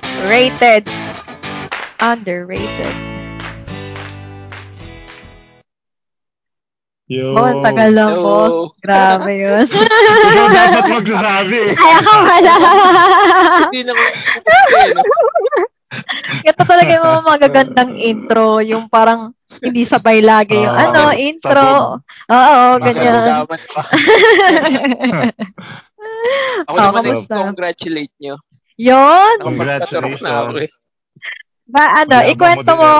Underrated. Underrated. Yo. Oh, ang tagal lang, Yo. boss. Grabe yun. Ikaw dapat Ano magsasabi. Kaya ka pala. Hindi naman. Okay, no? Ito talaga yung mga magagandang intro. Yung parang hindi sabay lagi yung Ah, ano, intro. Oo, ganyan. Masarap pa. Ako Oh, naman kamusta? yung congratulate nyo. Yun. Ako magtatarok na ako eh. Ba, ano, ikwento mo.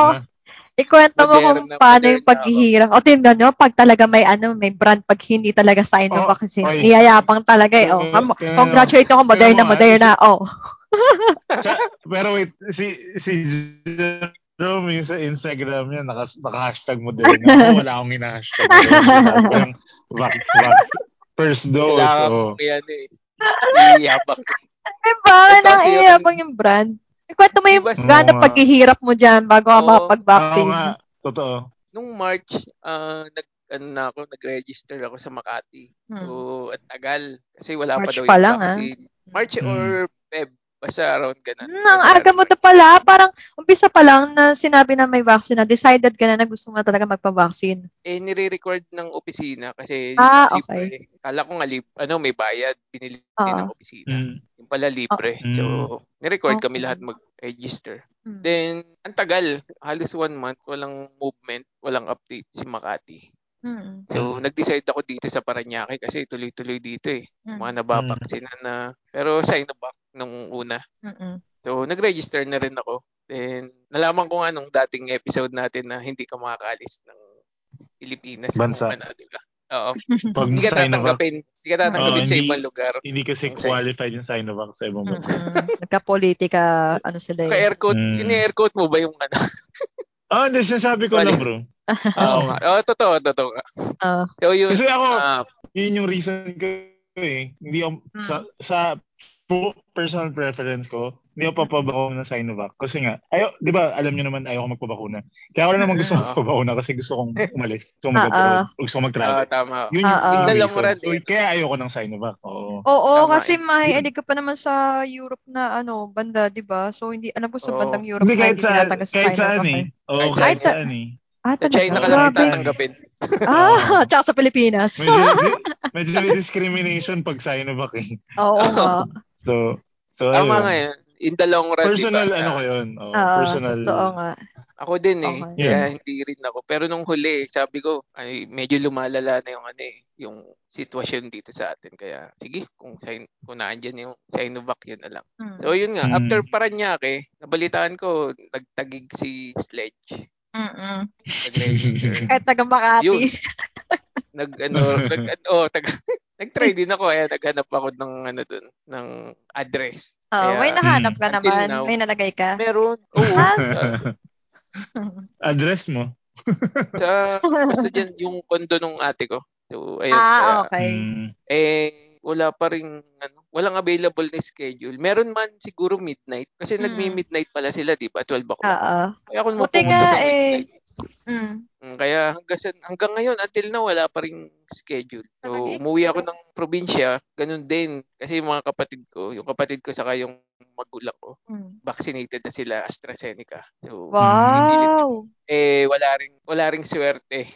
Ikwento mo kung Moderna, paano yung moderna paghihirap. O tingnan nyo, pag talaga may ano, may brand, pag hindi talaga sa inyo Oh, vaccine, oy. niyayapang talaga eh. Oh, Tingnan kam- mo, tingnan mo. congratulate ako, Moderna, Tingnan mo, ah, Moderna. Oh. Pero wait, si si Jerome yung sa Instagram niya, naka, naka-hashtag mo din. Ako, wala akong ina-hashtag. Wala akong vax, vax. First dose. Kailangan Oh. ko yan eh. Iyabak. Eh, bakit Ito nang kasi yun. iyayapang yung brand? Ikwento mo yung Diba, Oo gano'ng nga. paghihirap mo dyan bago ka Oo. Oo makapag-vaccine. nga, totoo. Nung March, ah, nag, ano na ako, nag-register ako sa Makati. Hmm. So, at tagal. Kasi wala March pa daw pa lang, ah. vaccine. March Hmm. or Feb. Basta around ganun. Hmm, ang aga mo na pala. Parang umpisa pa lang na sinabi na may vaccine na decided ka na na gusto mo na talaga magpa-vaccine. Eh, nire-record ng opisina kasi Ah, libre. okay. Ah. Kala ko nga, lib- ano, may bayad. Binili Oo. ng opisina. Mm. Yung pala libre. Oh. So, nirecord kami Okay. lahat mag-register. Hmm. Then, ang tagal. Halos one month, walang movement, walang update si Makati. Hmm. So, Mm. nag-decide ako dito sa Paranaque kasi tuloy-tuloy dito eh. Hmm. Mga Mm. nababaksinan na. Pero Sinovac nung una. Mm-mm. So, nag-register na rin ako. Then, nalaman ko nga nung dating episode natin na hindi ka makakaalis ng Pilipinas. Bansa. Kung ano, di ba? Oo. Pag Hindi ka Sinovac, tatanggapin. Hindi ka tatanggapin Oo, sa hindi- ibang lugar. hindi kasi qualified yung Sinovac sa ibang bansa. Mm-mm. Nagka-politika, ano sila yun. Ka-aircode, Mm. ini-aircode mo ba yung ano? Ah, hindi, sinasabi ko lang, bro. Oo nga. Oo, totoo, totoo nga. Ah. So, yun. Kasi ako, ah, yun yung reason ko eh. Hindi ako, Mm. sa, sa po- personal preference ko, hindi ako papabakuna ng Sinovac. Kasi nga, ayo, di ba, alam nyo naman, ayoko magpabakuna. Kaya wala naman gusto Mm-mm. magpabakuna kasi gusto kong umalis, gusto kong Ah, mag-abroad, gusto kong ah, mag-travel. tama. Yun Ah, ah. yung Dala reason. mo rin, So, eh. kaya ayoko ng Sinovac. Oo. Oo, Tama kasi eh. mahialig ka pa naman sa Europe na ano, banda, di ba? So, hindi, alam ko sa Oo. bandang Europe Hindi, na kahit hindi saan, tinatanggal sa kahit saan Sinovac. eh. eh. Oo, Kahit kahit saan. saan eh. Ah, Sa talaga? China ka lang eh. Grabe. tatanggapin. Ah, tsaka sa Pilipinas. Medyo, medyo may discrimination pag Sinovac eh. Oo nga. So, so ayun. Tama nga eh. yun. In the long run, Personal diba? ano Ah, ko yun. Oo, Oo, personal. totoo nga. Ako din eh. Okay. Kaya Yeah. hindi rin ako. Pero nung huli, sabi ko, ay, medyo lumalala na yung ano eh, yung sitwasyon dito sa atin. Kaya sige, kung, sin- kung naandyan yung Sinovac, yun na lang. Mm. So yun nga, Mm. after Paranaque, nabalitaan ko, nagtagig si Sledge. Mm-mm. Nag-register. Kahit taga Makati. Yun. nag ano, nag oh, tag, nag-try din ako kaya naghanap ako ng ano dun, ng address. Oo, Kaya, Oh, may nahanap ka Until naman. now. May nalagay ka. Meron. Oo. Ah. sa, Address mo? sa basta dyan yung kondo nung ate ko. So ayun. kaya, ah, okay. Mm. eh wala pa rin ano, walang available na schedule. Meron man siguro midnight kasi Mm. nagmi-midnight pala sila, 'di ba? 12 o'clock. Oo. Kaya ako naman Ah. Buti pumunta nga ng eh. midnight. Mm. Mm, Kaya hanggang, sa- hanggang ngayon, until now, wala pa rin schedule. So, Talaga eh. umuwi ako ng probinsya, ganun din. Kasi yung mga kapatid ko, yung kapatid ko saka yung magulang ko, Mm. vaccinated na sila AstraZeneca. So, Wow. eh, wala rin, wala rin swerte.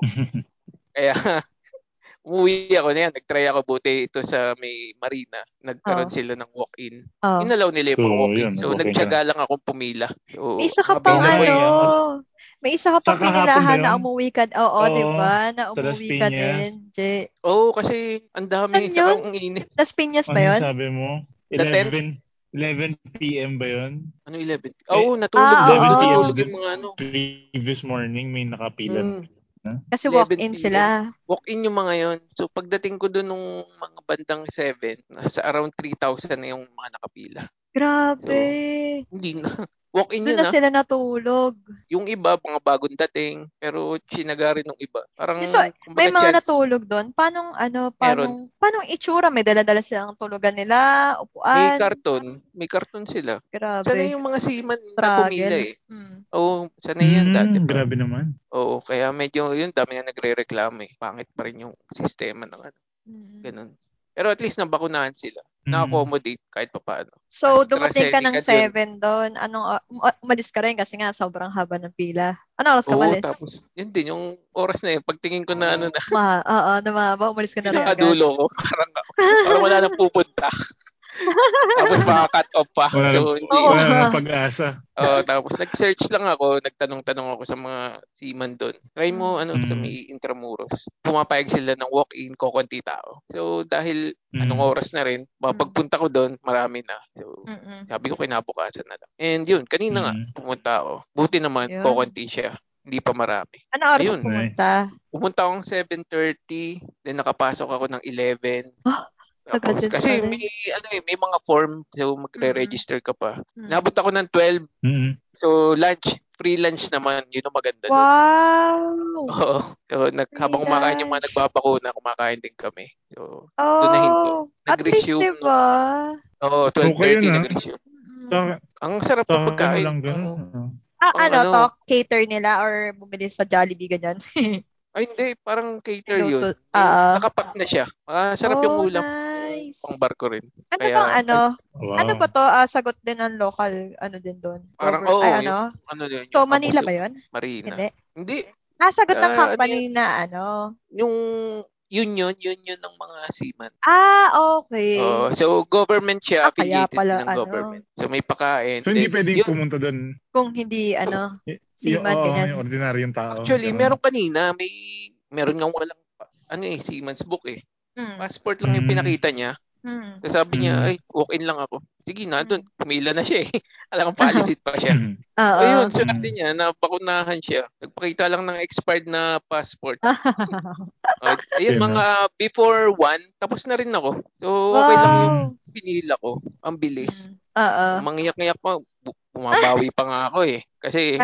So, kaya umuwi ako na yan. Nag-try ako buti ito sa may marina. Nagkaroon Oh. sila ng walk-in. Oh. Inalaw nila yung mga So, walk-in. yun, So, walk-in ka nagtyaga lang akong pumila. So, May isa ka mga pang Bangga mo ano. yan. May isa ka pang Sa kahapon pinilahan ba na yun? umuwi ka. Oo, Oo. di ba? Na Sa Las umuwi ka Piñas. din. Je. Oo, kasi ang dami. Saan Saka yun? ang init. Las Piñas Ano ba yun? sabi mo? The 11, 11 p.m. ba yun? Ano 11? Eh, Oo, natulog. ah, natulog, oo. natulog yung mga ano. Previous morning may nakapila. Mm, Kasi 11 walk-in p.m. sila. walk-in yung mga yon. So pagdating ko doon nung mga bandang 7, nasa around 3,000 na yung mga nakapila. Grabe. Hindi na. Walk-in Doon yun na na. sila natulog. Yung iba, mga bagong dating. Pero chinaga rin ng iba. Parang, So, kumbaga, May mga chance. natulog doon. Paano, ano, paano, paano itsura? May dala-dala silang tulugan nila, May upuan. karton. May karton sila. Grabe. Sana yung mga seaman na Struggle. pumila eh. Mm. Oo, sana yan dati Mm, pa. grabe naman. Oo, Mm. kaya medyo yun, dami nga nagre-reklamo eh. Pangit pa rin yung sistema ng ano, ganun. Pero at least nabakunahan sila. Mm. Na-accommodate kahit papaano. So, AstraZeneca dumating ka ng din. 7 doon. Anong, um- umalis ka rin kasi nga sobrang haba ng pila. Ano oras ka Oo, umalis? tapos yun din yung oras na yun. Pagtingin ko Ah, na ano na, Ma, oo, namaba. Umalis ka na rin agad. pinakadulo ko. Parang, parang wala nang pupunta. tapos baka cut off pa. Wala so, nang- hindi. Oo. Wala nang pag-asa. Oo, tapos nag-search lang ako, nagtanong-tanong ako sa mga seaman doon. Try Hmm. mo ano sa Mm. may Intramuros. Pumapayag sila ng walk-in ko konti tao. So dahil Mm. anong oras na rin, Mm. mapagpunta ko doon, marami na. So Mm-mm. sabi ko kinabukasan na lang. And yun, kanina nga Mm. pumunta ako. Buti naman, Yun. kokonti siya. Hindi pa marami. Ano oras Ayun, ka pumunta? Pumunta akong 7.30, then nakapasok ako ng 11. Ah, Tapos, agad din kasi pala. may, ano eh, may mga form, so magre-register ka pa. Mm. Nabot ako ng 12, Mm. so lunch, free lunch naman, yun ang maganda doon. Wow! Oo. So, nag, habang Free kumakain yung lunch. mga nagbabakuna, kumakain din kami. So, Ah, na hinto. Oh, at least, Nag-resume di ba? oo, 12.30 Okay yun, ah. nag-resume. Mm. Ta- Ang sarap ng ta- ano pagkain. lang ganun. Oo. Ah, Ang ano, ano? to? Cater nila or bumili sa Jollibee, ganyan? Ay, hindi. Parang cater Luto. yun. Ah. Nakapack na siya. Ah, sarap yung Oh, ulam. nice. Pang barko rin. Ano Kaya- bang ano? Wow. Ano ba to? Ah, sagot din ng local, ano din doon? Parang, Over- ay, ano? oo, Ano yun? So, yung Manila Kabuso ba yun? Marina. Hindi. Hindi. Ah, sagot ng Ah, company na ano. Yung union, union ng mga seaman. Ah, okay. Oo, so, government siya. Ah, kaya affiliated pala, ng ano. government. So, may pakain. So, hindi Then, pwedeng yun. pumunta doon. Kung hindi, ano, Seaman, Oh, Oo, ganyan. yung ordinaryong tao. Oh, Actually, Ganun. meron kanina. May, meron nga walang, ano eh, seaman's book eh. mm, Passport lang yung Mm. pinakita niya. mm, So, sabi niya, Mm. ay, walk-in lang ako. Sige na, doon. Hmm. Pumila na siya eh. Alam kang palisit pa siya. Mm. oo. Ayun, swerte niya, nabakunahan siya. Nagpakita lang ng expired na passport. Uh, ayun, Sino? mga before one, tapos na rin ako. So, okay lang yung wow. pinila ko. Ang bilis. Mm, Oh. Oo. Mangyak-ngyak ko, bu- bumabawi pa nga ako eh. Kasi,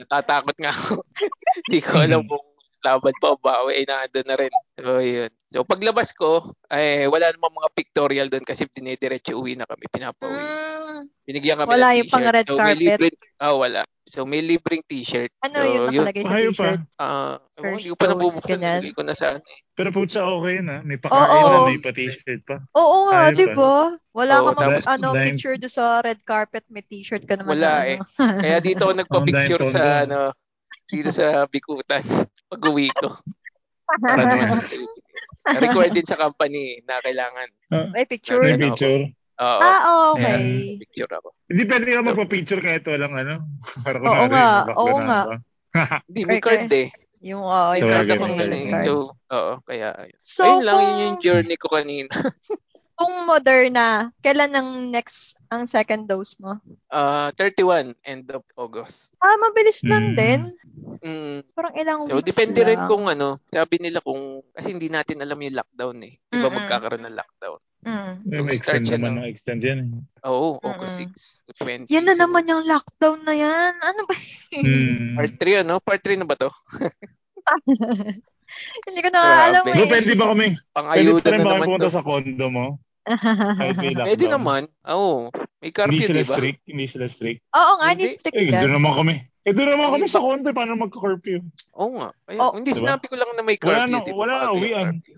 natatakot nga ako. Hindi ko alam kung laban pa o bawi. Eh, nandun na rin. So, yun. So, paglabas ko, eh, wala namang mga pictorial doon kasi dinidiretso uwi na kami. Pinapauwi. Mm, Binigyan kami Wala ng yung pang t-shirt. red so, may carpet? libreng, ah, wala. So, may libreng t-shirt. ano so, yung yun. nakalagay sa Pahayo pa. t-shirt? Ah, ewan ko, hindi ko First pa dose, nabubuksan. ganyan. Hindi ko na saan eh. Pero putsa okay na. May pakain Oo. na, may pa-t-shirt pa. Oo nga, Ayun di pa. ba? Wala Oo, ka mang tapos ano, dahil- picture do sa red carpet, may t-shirt ka naman. Wala na, eh. ano. Kaya dito ako nagpa-picture Ang dami sa tondo. ano, dito sa Bikutan. Pag-uwi ko. Para naman sa sarili. Required din sa company eh, na kailangan. May picture. May Ano ako? picture. Oo. Ah, okay. Picture ako. Hindi pwede ka magpa-picture kahit walang ano. Para Oo kunwari, nga, may bakla oo na nga. ako. Hindi, may Okay, card eh. Yung, oo, May yung Sabagay, card card ako yung sabagay. credit ngayon eh. card. So, oo, kaya ayun. So, ayun lang, kung, yun yung journey ko kanina. kung Moderna, kailan ang next, ang second dose mo? Ah, 31, end of August. Ah, mabilis lang Mm. din. Mm. Parang ilang Hmm. So, weeks depende lang. rin kung ano. Sabi nila kung, kasi hindi natin alam yung lockdown eh. Di ba Mm-mm. magkakaroon ng lockdown? Mm. May So, extend start siya naman ng- ng extend yan. eh. Oo, August Mm-mm. 6 to 20. Yan na So, naman yung lockdown na yan. Ano ba? yun? Mm. Hmm. Part 3 ano? Part 3 na ba to? Hindi ko na alam Grabe. Bro, eh. pwede ba kami? Pwede Pang-ayuda pa rin ba na kami naman pumunta to. sa condo mo? Kahit may lockdown. Pwede naman. Oo. May Hindi curfew, sila di ba? strict. Hindi sila strict. Oo nga, ni Hindi. strict Eh, doon yan. naman kami. Eh, doon naman kami Ay, sa condo. Paano magka-curfew? Oo nga. Kaya, Oh. Hindi, Diba? sinabi ko lang na may Wala curfew. na- di ba? wala na Bago yung uwian. curfew.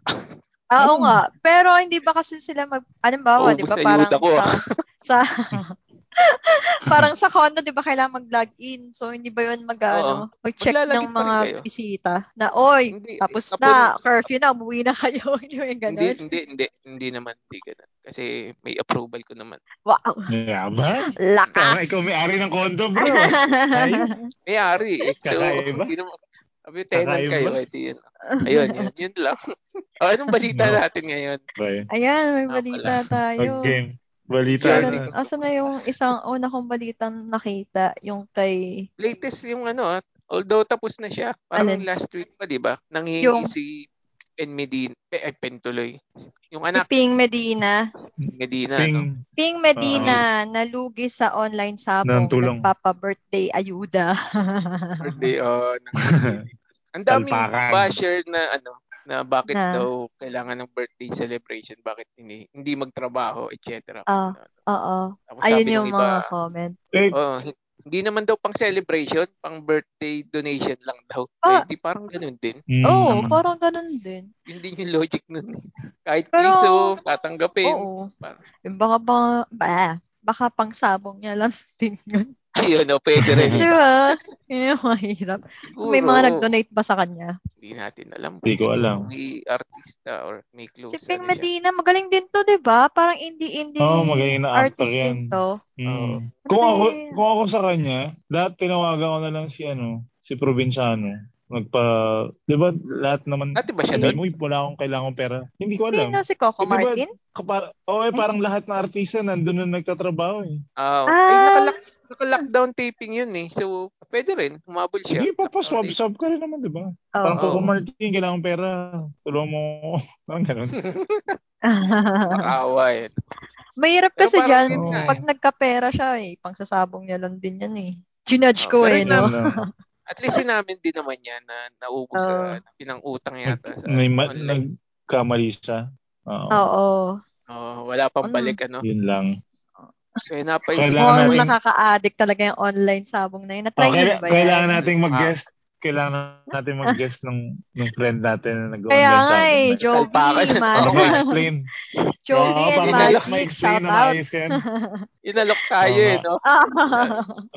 Ah, Oo Mm. nga. Pero hindi ba kasi sila mag... Anong bawa, di ba? Ubus na ah. Parang yuta ko, sa... sa parang sa condo, di ba, kailangan mag-log in. So, hindi ba yun mag, ano, mag-check Maglalagin ng pa rin mga kayo. bisita na, oy, Hindi. tapos na, Napuno- curfew na, umuwi na kayo. yung Hindi, ganun. hindi, hindi. Hindi naman. Hindi ganun. Kasi may approval ko naman. Wow, Yeah, ba? Tama, Ah, lakas. ikaw may-ari ng condo, bro. Ayun. May ari eh. So, Kakaiba. hindi naman. Sabi, tenant Kakaiba. kayo. Ito yun. Ayun, yun. Yun lang. o, anong balita No. natin ngayon? Right. Ayan, may Ah, balita tayo. Pag-game. Balita Yun. Meron, na. asa na yung isang una kong balitang nakita, yung kay, latest yung ano, ah, although tapos na siya, Alin? parang last week pa, di ba? Nanghingi Yung- si Pen Medina, Pe, eh, Pen tuloy. Yung si anak Ping Medina. ni Medina, no? Ping. Ping Ah, Medina, nalugi sa online sabong, Nantulong. nagpapa-birthday ayuda. Birthday, oh, ng Ang daming Talpakan. basher na ano, na bakit Na. daw kailangan ng birthday celebration, bakit hindi, hindi magtrabaho, etc. Ah, oo. Tapos Ayun sabi yung ng iba, mga comment. Eh, oh, Hindi naman daw pang celebration, pang birthday donation lang daw. Ah. Hindi, parang ganun din. Mm. Oo, parang ganun din. Yun din yung logic nun. eh. Kahit Pero- piso, tatanggapin. Oo. Parang- Yung baka ba, ba, baka pang sabong niya lang din yun. Yun, no, pwede rin. Di ba? Yun yung mahirap. So, may mga nag-donate ba sa kanya? Hindi natin alam. Hindi ko alam. May artista or may close. Si Ping ano siya. Medina, magaling din to, di ba? Parang indie-indie Oo, Oh, magaling na actor artist yan. din to. Oo. Mm. Kung ako Ano yun? kung ako sa kanya, lahat tinawagan ko na lang si ano, si Provinciano. Nagpa, 'di ba? Lahat naman Dati ba siya sabi doon? mo, "Uy, wala akong kailangan pera. Hindi ko alam. Sino si Coco Eh, di ba- Martin? Kapar oh, eh, parang lahat na artista nandun na nagtatrabaho eh. Ah. Ah, ay, nakalock, naka-lockdown taping yun eh. So, pwede rin. Humabol siya. Hindi, papaswab Lockdown swab ka rin naman, di ba? Oo. Parang ko- Coco Oo. Martin, kailangan pera. Tulungan mo. ako." parang ganun. taping. Nakawa yun. Mahirap Pero kasi parang dyan, yun nga eh. pag nagkapera siya eh, pangsasabong niya lang din yan eh. Ginudge ko Oh, eh, pero yun no? Ganun lang. At least sinamin din naman yan na naubos Oo. sa pinang-utang yata sa May ma- online. nagkamali siya. Oo. Oo. Oh, wala pang Mm. balik ano. Yun lang. Kaya napaisip Kailangan Mukhang ko natin- eh. nakaka-addict talaga yung online sabong na yun. Oh, Na-try niyo kaila- ba yan? Ah. kailangan nating mag-guest. Kailangan natin mag-guest ng, ng friend natin na nag-online Kaya sa nga eh, atin. Joby, Palpakan. man. Para ma-explain. Joby Oo, and para Magic, ma- Magic, ma-explain shout na out. maayos ka yan. Inalok tayo eh, Tama. no?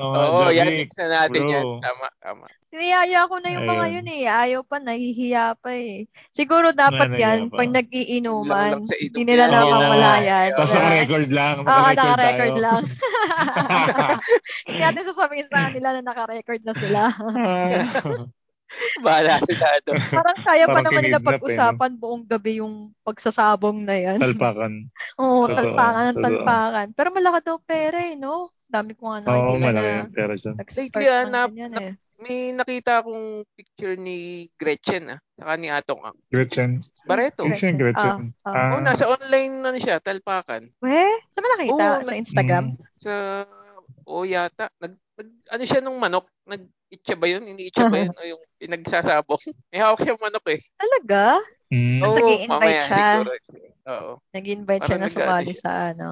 Ah, Oo, Oo, Joby. yan. Next na natin bro. yan. Tama, tama. Niyaya ko na yung mga Ayun. yun eh. Ayaw pa, nahihiya pa eh. Siguro dapat Nahihiya yan, pa. pag Kulang nagiinuman, lang sa inom hindi nila yan. nakakawala Oo. yan. Tapos Yeah. naka-record lang. Diba? Oo, naka-record naka-record tayo. lang. Hindi natin sasabihin sa nila na naka-record na sila. Bahala sa ano. Parang kaya pa Parang naman nila kinidnap eh, no? pag-usapan buong gabi yung pagsasabong na yan. Talpakan. Oo, Totoo, talpakan ng totoo. talpakan. Pero malaki daw pera eh, no? Dami ko nga Oo, nakikita malaki na yung pera siya. nag-start Lately, ah, man nap- din yan eh. May nakita akong picture ni Gretchen ah. Saka ni Atong Ang. Gretchen. Barreto. Sino yung Gretchen? Ah, Ah, Oh, nasa online na siya, talpakan. Weh, saan mo nakita? Oo, sa Instagram? mm. Sa, oh yata. Nag, nag- ano siya nung manok? Nag-itcha ba yun? Ini-itcha Uh-huh. ba yun? O yung pinagsasabong? May hawak siya manok eh. Talaga? Mm. Tapos Oo, nag-i-invite mamaya siya. siguro. Oo. Nag-invite siya Parang na sumali sa ano.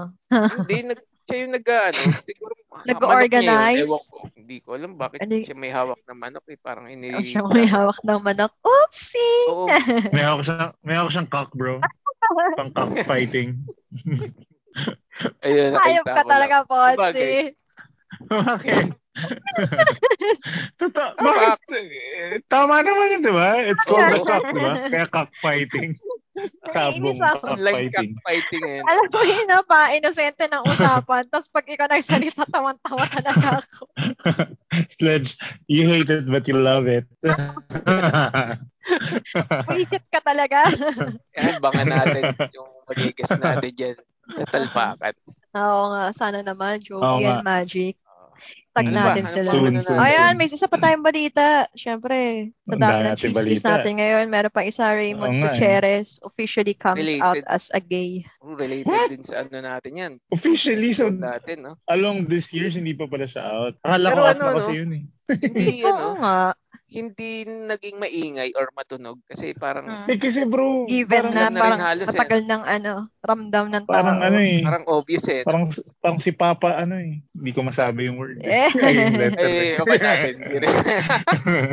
Hindi, nag, siya yung nag, ano, siguro, ah, Nag-organize? manok niya yun. Ewan ko, hindi ko alam bakit Ano- siya may hawak na manok eh. Parang ini... Ang siyang may hawak ng manok. Oopsie! Oo, May ako siyang, may ako siyang cock, bro. Pang cock fighting. ayun, Hayop nakita ka ko lang. talaga, Potsi. Sabagay. Bakit? Totoo. Bakit? Eh, Tama naman yun, di ba? It's called a cock, di ba? Kaya cock fighting. Sabong Naiinis ako. cock Online fighting. cockfighting eh. Alam mo yun na pa, inosente ng usapan. Tapos pag ikaw nagsalita, tawan-tawa talaga ako. Sledge, you hate it but you love it. Puisit ka talaga. Yan, bangan natin yung magigas natin dyan. Tatalpakan. Oo nga, sana naman. Oo Joey nga. and Magic. Tag Ano Ano ba? natin Ano sila. Oh, pa- Soon, ano soon. na- Ayan, may isa pa tayong balita. Siyempre, sa dami Ang dami ng nating chismis balita. natin ngayon, meron pa isa Oo nga Raymond eh. Gutierrez officially comes Related. out as a gay. Oh, Related What? din sa ano natin yan. Officially, so So, natin, no? along this year, hindi pa pala siya out. Akala Pero ko out ano, na no? kasi yun eh. Hindi, Oo ano, nga. hindi naging maingay or matunog kasi parang Mm. Eh kasi bro, Given parang, na alam na rin parang halos eh. matagal ng ano, ramdam ng tao. parang ano Mm. eh. parang obvious eh. Parang parang si Papa ano eh, hindi ko masabi yung word. Eh. Ay, yung letter. Eh, okay natin. Hindi rin.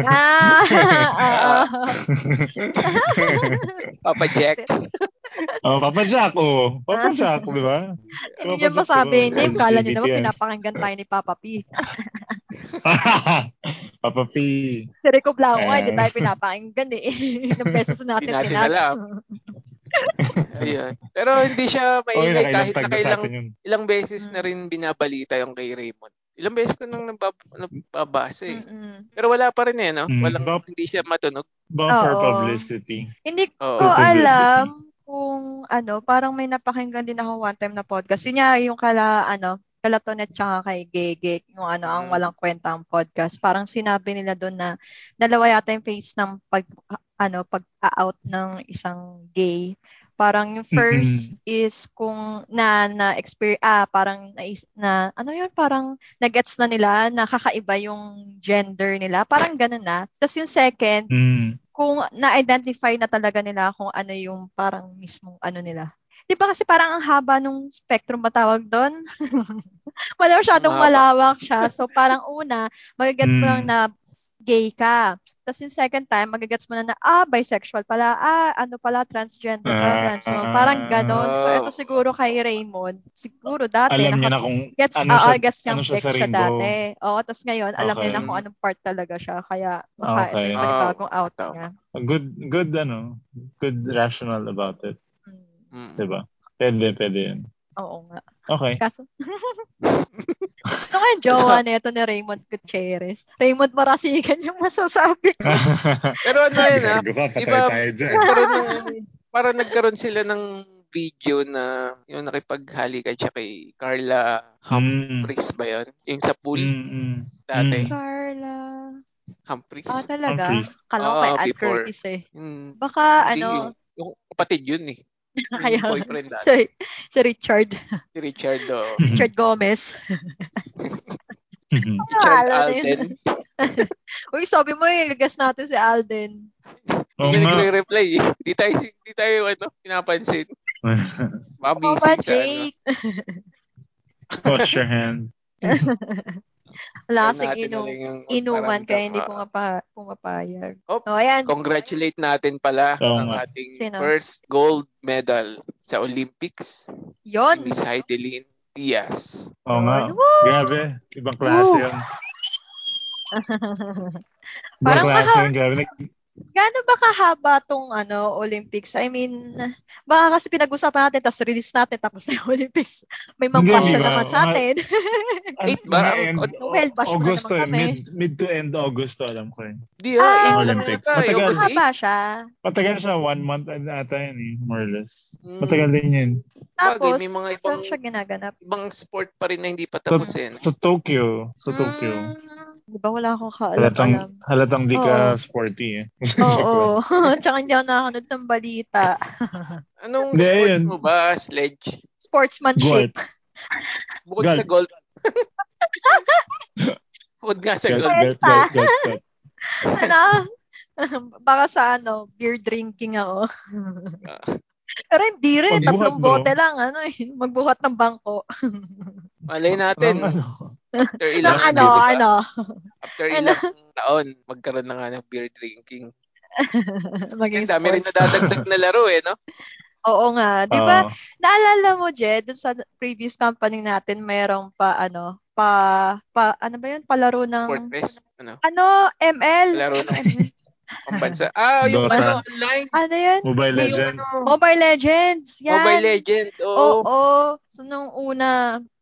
Ah, oo. Papacheck. oh, Papa Jack oh. Ah. Papa Jack, di ba? Hindi niya masabi yung name. Kala niyo naman pinapakinggan tayo ni Papa P. Papa P. Si Rico Blanco nga, hindi Ayan. tayo pinapakinggan eh. Ilang beses natin Hindi natin tinat- alam. Ayun. Pero hindi Oh, siya maingay nakailang na kahit na sa kailang atin yun. ilang beses Mm. na rin binabalita yung kay Raymond. Ilang beses ko nang nabab- nababasa eh. Mm-mm. Pero wala pa rin eh, no? Mm. Walang, Bop. hindi siya matunog. Buffer Oo. publicity. Hindi Oo. ko Open versus alam kung ano, parang may napakinggan din ako one time na podcast. Yun niya yung kala, ano, Kalatonet tsaka kay Gegek, yung ano, ang Mm. walang kwentang podcast. Parang sinabi nila doon na dalawa yata yung phase ng pag, ano, pag-out ng isang gay. Parang yung first is kung na na experience ah parang na, na ano yun parang nagets na nila na kakaiba yung gender nila parang ganun na tapos yung second Mm. kung na-identify na talaga nila kung ano yung parang mismong ano nila. Di ba kasi parang ang haba nung spectrum ba tawag doon? Wala masyadong Ang haba. malawak siya. So parang una, magagets mo Mm. lang na gay ka. Tapos yung second time, magagets mo na na, ah, bisexual pala, ah, ano pala, transgender pala, Ah. trans mo. Parang ganon. So Oh. ito siguro kay Raymond, siguro dati, Alam niya naka- na kung gets, ano oo, siya, gets niyang ano siya gets sa siya rainbow. dati. Oo, tapos ngayon, alam niya Okay. na kung anong part talaga siya. Kaya, maka, Okay. ito yung panibagong out Tama. niya. Good, good, ano, good rational about it. Mm, Mm. Diba? Pwede, pwede yun. oo nga. Okay. Kaso, ano nga yung jowa na ito ni Raymond Gutierrez? Raymond Marasigan yung masasabi ko. Pero ano yun ah, Gago ka, patay Iba- tayo dyan. nagkaroon ng, parang nagkaroon sila ng video na yung nakipaghalikan siya kay Carla Hmm. Humphries ba yun? Yung sa pool Mm, mm. dati. Eh. Mm. Carla. Humphries. Ah, talaga? Humphries. Kala ko Oo, kay Ann before. Curtis eh. Hmm. Baka, Hindi, ano, Yung, yung kapatid yun eh. Yung kaya, boyfriend dati. si, si Richard. Si Richard oh. Richard Gomez. Mhm. Richard Ah, alam na Alden. yun. Uy, sabi mo eh, guess natin si Alden. Oo Hindi nga. nagre-reply eh. Di tayo, di tayo ano, pinapansin. Baka Mama busy siya. Ano. Jake. Wash your hand. Wala Yan kasing natin na inu- lang yung inuman magparamdam, kaya hindi ah. pumapa- pumapayag. Oh, O, ayan. Congratulate natin pala Oo ang nga. ating Sino? first gold medal sa Olympics. Yun. Miss Heidelin Diaz. Oo nga. Yun. Woo! Grabe. Ibang klase Ano? Woo! yun. Ibang Parang klase maha- yun. Grabe. Nag- Gaano ba kahaba tong ano, Olympics? I mean, baka kasi pinag-usapan natin, tapos release natin, tapos na yung Olympics. May Hindi, mag-bash na di ba? naman sa Mga- atin. Eight ba? Mga end- O- well, bash mo na Augusto naman eh. kami. Mid, mid to end Augusto alam ko eh. Di ah, Ah. eight lang Olympics. yata, eh, Matagal. August Mahaba siya. Matagal siya. One month na ata yun eh. More or less. 8. Matagal din yun. Tapos, may mga ibang- saan siya ginaganap? Hmm. Ibang sport pa rin na hindi pa Sa, tapos eh. no? sa Tokyo. Sa Hmm. Tokyo. Mm, di ba wala akong Halatang, kaalam-alam? halatang di ka Oo. sporty eh. Oo. Tsaka hindi ako nakakanood ng balita. Anong Hindi, sports ayun. mo ba, Sledge? Sportsmanship. Golf. Bukod Golf. sa golf. Bukod nga sa Golf, golf. golf, golf, golf, golf. Ano? Baka sa ano, beer drinking ako. Ah. Pero hindi rin. Pagbuhat Tatlong mo. bote lang. Ano eh. Magbuhat ng bangko. Malay Ang natin, ano. after Ng ilang, ano, di ba? ano. after ano. ilang taon, magkaroon na nga ng beer drinking. Maging Ang dami rin sports. nadadagdag na laro eh, no? Oo nga. Di ba, Oo. naalala mo, Jed, dun sa previous company natin, mayroong pa, ano, pa, pa, ano ba yun? Palaro ng, Fortress, ano? ano, ML. Laro ng pambansa. Ah, yung Dota. ano, online. Ano yun? Mobile Yung Legends. ano, Mobile Legends. Oh, Yan. Oh, Mobile Legend. Oo. Oo. So, nung una,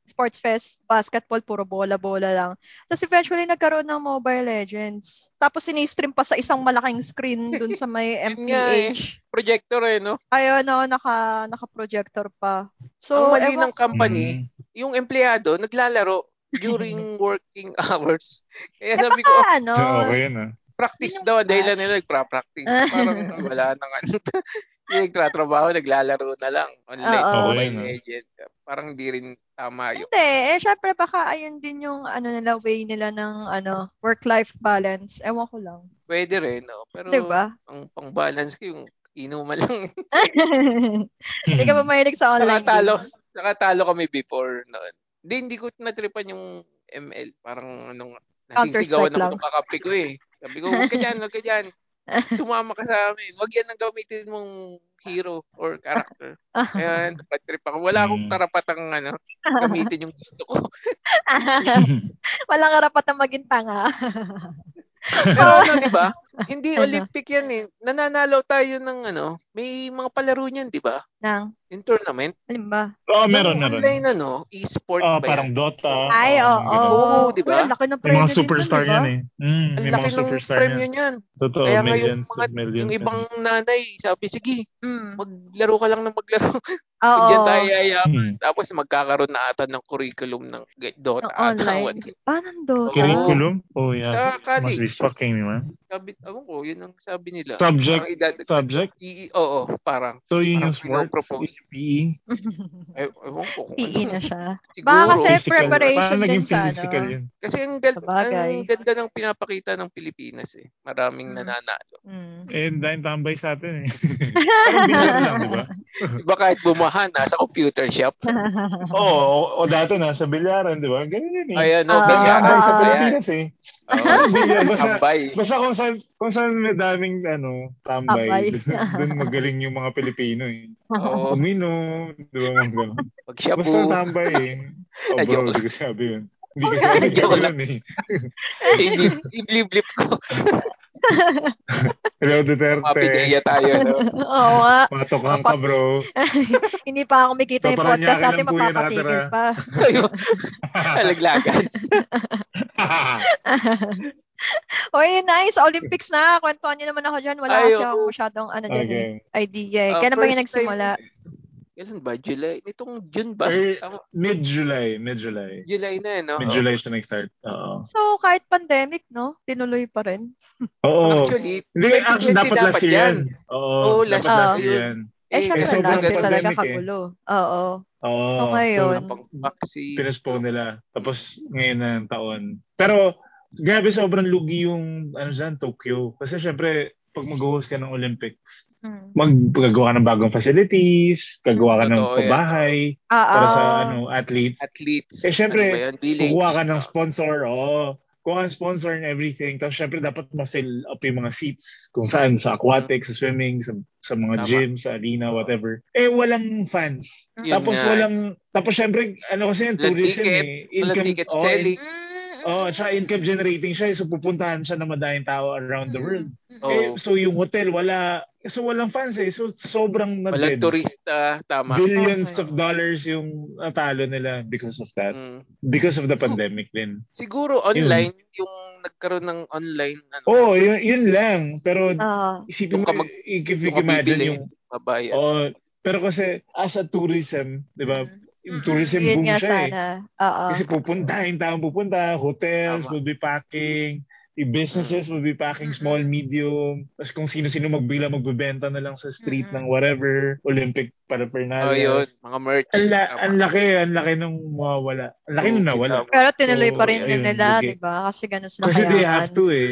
sports fest, basketball, puro bola-bola lang. Tapos eventually, nagkaroon ng Mobile Legends. Tapos, sinistream pa sa isang malaking screen dun sa may Yun nga eh. MPH. Projector eh, no? Ayun, oo, ano, naka, naka-projector pa. Ang So, mali ewan ng Mm. company, Mm-hmm. yung empleyado, naglalaro during working hours. Kaya Eh, sabi baka ko, oh, ano, So, okay yun ah. practice yun daw. ang Dahil nila nagpra-practice. Parang wala nang ano. yung nagtratrabaho, naglalaro na lang. Online, Oo. Okay Mobile na. Legend. eh, Parang di rin tama yun. hindi. Eh, syempre, baka ayun din yung ano nila, way nila ng ano, work-life balance. Ewan ko lang. Pwede rin, no? Pero, Di ba? ang pang-balance ko yung inuman lang. Hindi ka ba mahilig sa online Nakatalo, games? nakatalo kami before noon. Hindi, hindi ko natripan yung ML. Parang anong, Counter-Strike nasisigawan ako lang. ng kakampi ko eh. Sabi ko, huwag ka dyan, huwag ka dyan. Sumama ka sa amin. Huwag yan ang gamitin mong hero or character. Ayan, napatrip ako. Wala akong Mm. karapatang ano, gamitin yung gusto ko. Walang karapat na maging tanga. Pero ano, di ba? Hindi Ano? Olympic yan eh. Nananalo tayo ng ano, may mga palaro niyan, di ba? Nang, Yung tournament. alin ba? Oo, Oh, Ah, meron, Yung meron. Online ano, e-sport Oo, ba parang yan? Dota. Ay, oo. mga Oh, Oo, di ba? laki ng ganun. May premyo mga din dun, superstar di ba? yan eh. Mm, Ang may laki mga ng superstar premyo yan. niyan. Totoo, Kaya nga yung millions mga, at millions. yung ibang yan. nanay, sabi, sige, Mm. maglaro ka lang ng maglaro. Oo. Diyan tayo yaya. Hmm. Tapos magkakaroon na ata ng curriculum ng ge- Dota. Ng ata. online. Ah, ng Dota. Curriculum? Oh, yeah. Sa Must Ah, college, be fucking, man. sabi, awon ko, yun ang sabi nila. Parang Subject, idadag- subject. I, oo, parang. So, yun Parang yung sports, E? pinopropose. yung PE. Ay, ewan ko kung PE E na ano. siya. Siguro. Baka kasi Physical. preparation Parang naging din sa ano. physical yun. Kasi ang, gal- Sabagay. ang ganda ng pinapakita ng Pilipinas eh. Maraming Mm. nananalo. Mm. Eh, dahil tambay sa atin eh. Parang billion lang, di ba? Iba kahit bumahan, nasa computer shop. Oo, oh, o, o dati nasa bilyaran, di ba? Ganun yun eh. Ayan, no, Ah. ganyan. Ay, sa Ah. Pilipinas eh. Oo. Bilya, basta, Tambay. basta kung saan, kung saan may daming ano, Tambay. tambay, doon magaling yung mga Pilipino eh. Oo. Uminom, di ba? Mga ganun. Pag shabu. Basta tambay eh. Oh, Ayoko. bro, hindi ko sabi yun. Hindi ko sabi Ayoko yun eh. Iblip-blip ko. Hello, Duterte. Mapigaya tayo. No? Oo nga. Matukhang ka, bro. Hindi pa ako kumikita So, yung parang podcast yakin natin, lang po yan mapapatigil nakatira. pa. Ayun. Alaglagan. O yun, nice. Olympics na. Kwentuhan niyo naman ako dyan. Wala Ay, kasi oo. ako masyadong ano dyan, eh, okay. idea. Eh. Ah, Kailan ba first yung time- nagsimula? Kailan ba? July? Itong June ba? Eh, Tama. Mid-July. Mid-July. July na eh, no? Mid-July siya nag-start. Oo. So, kahit pandemic, no? Tinuloy pa rin. Oo. Oh. Actually, Hindi, actually, dapat last year yan. Oo, Oo, dapat last last year year yun. yan. Eh, eh, syempre, kasi last year pandemic talaga eh. kagulo. Oo. Oo. So, ngayon. pang vaccine. Pinaspone nila. Tapos, ngayon na ang taon. Pero, grabe, sobrang lugi yung, ano dyan, Tokyo. Kasi, syempre, pag mag-host ka ng Olympics, Mm. maggagawa ka ng bagong facilities, gagawa ka ng Totoo yan. pabahay, Ah, para sa, ah. ano, athletes. Athletes. ano Eh, syempre, ba yan? Village. Kukuha ka ng Ah, sponsor, oo. Kuha ka ng sponsor and everything. Tapos syempre dapat ma-fill up yung mga seats kung saan, sa aquatic, sa swimming, sa, sa mga Tama. gym, sa arena, whatever. Eh, walang fans. Yun Tapos nga. eh. walang, tapos syempre, ano kasi yan, Walang tourism ticket, eh. walang ticket selling. Mm, oh, tsaka income generating siya. eh. So pupuntahan siya ng madayang tao around the world. Hmm. Mm. Oo. Eh, so yung hotel, wala, so walang fans eh. So sobrang na Walang turista. Tama. Billions Oh, Okay. of dollars yung natalo nila because of that. Mm. Because of the pandemic din. Siguro online, yung nagkaroon ng online, ano, Oo, oh, yun, yun lang. Pero Ah, isipin mo, Yung ka mag- if you yung can imagine kabibili, yung... babayan. Oh, pero kasi as a tourism, di mm. ba? Diba? Mm, Yung tourism yun boom nga siya eh. sana. Oo. Kasi pupunta, yung taong pupunta, hotels Tama. Mm. will be packing, yung businesses will be packing Mm-mm. small, medium. Tapos kung sino-sino magbila, magbebenta na lang sa street Mm-mm. ng whatever, Olympic paraphernalia. Oh, yun. Mga merch. Ang, la- Tama. ang laki, ang laki nung mawawala. Ang laki nung Okay, nawala. tama. Pero tinuloy So, pa rin din ayun, nila, sige. di ba? Kasi ganun sila Kasi they kayaman. have to eh.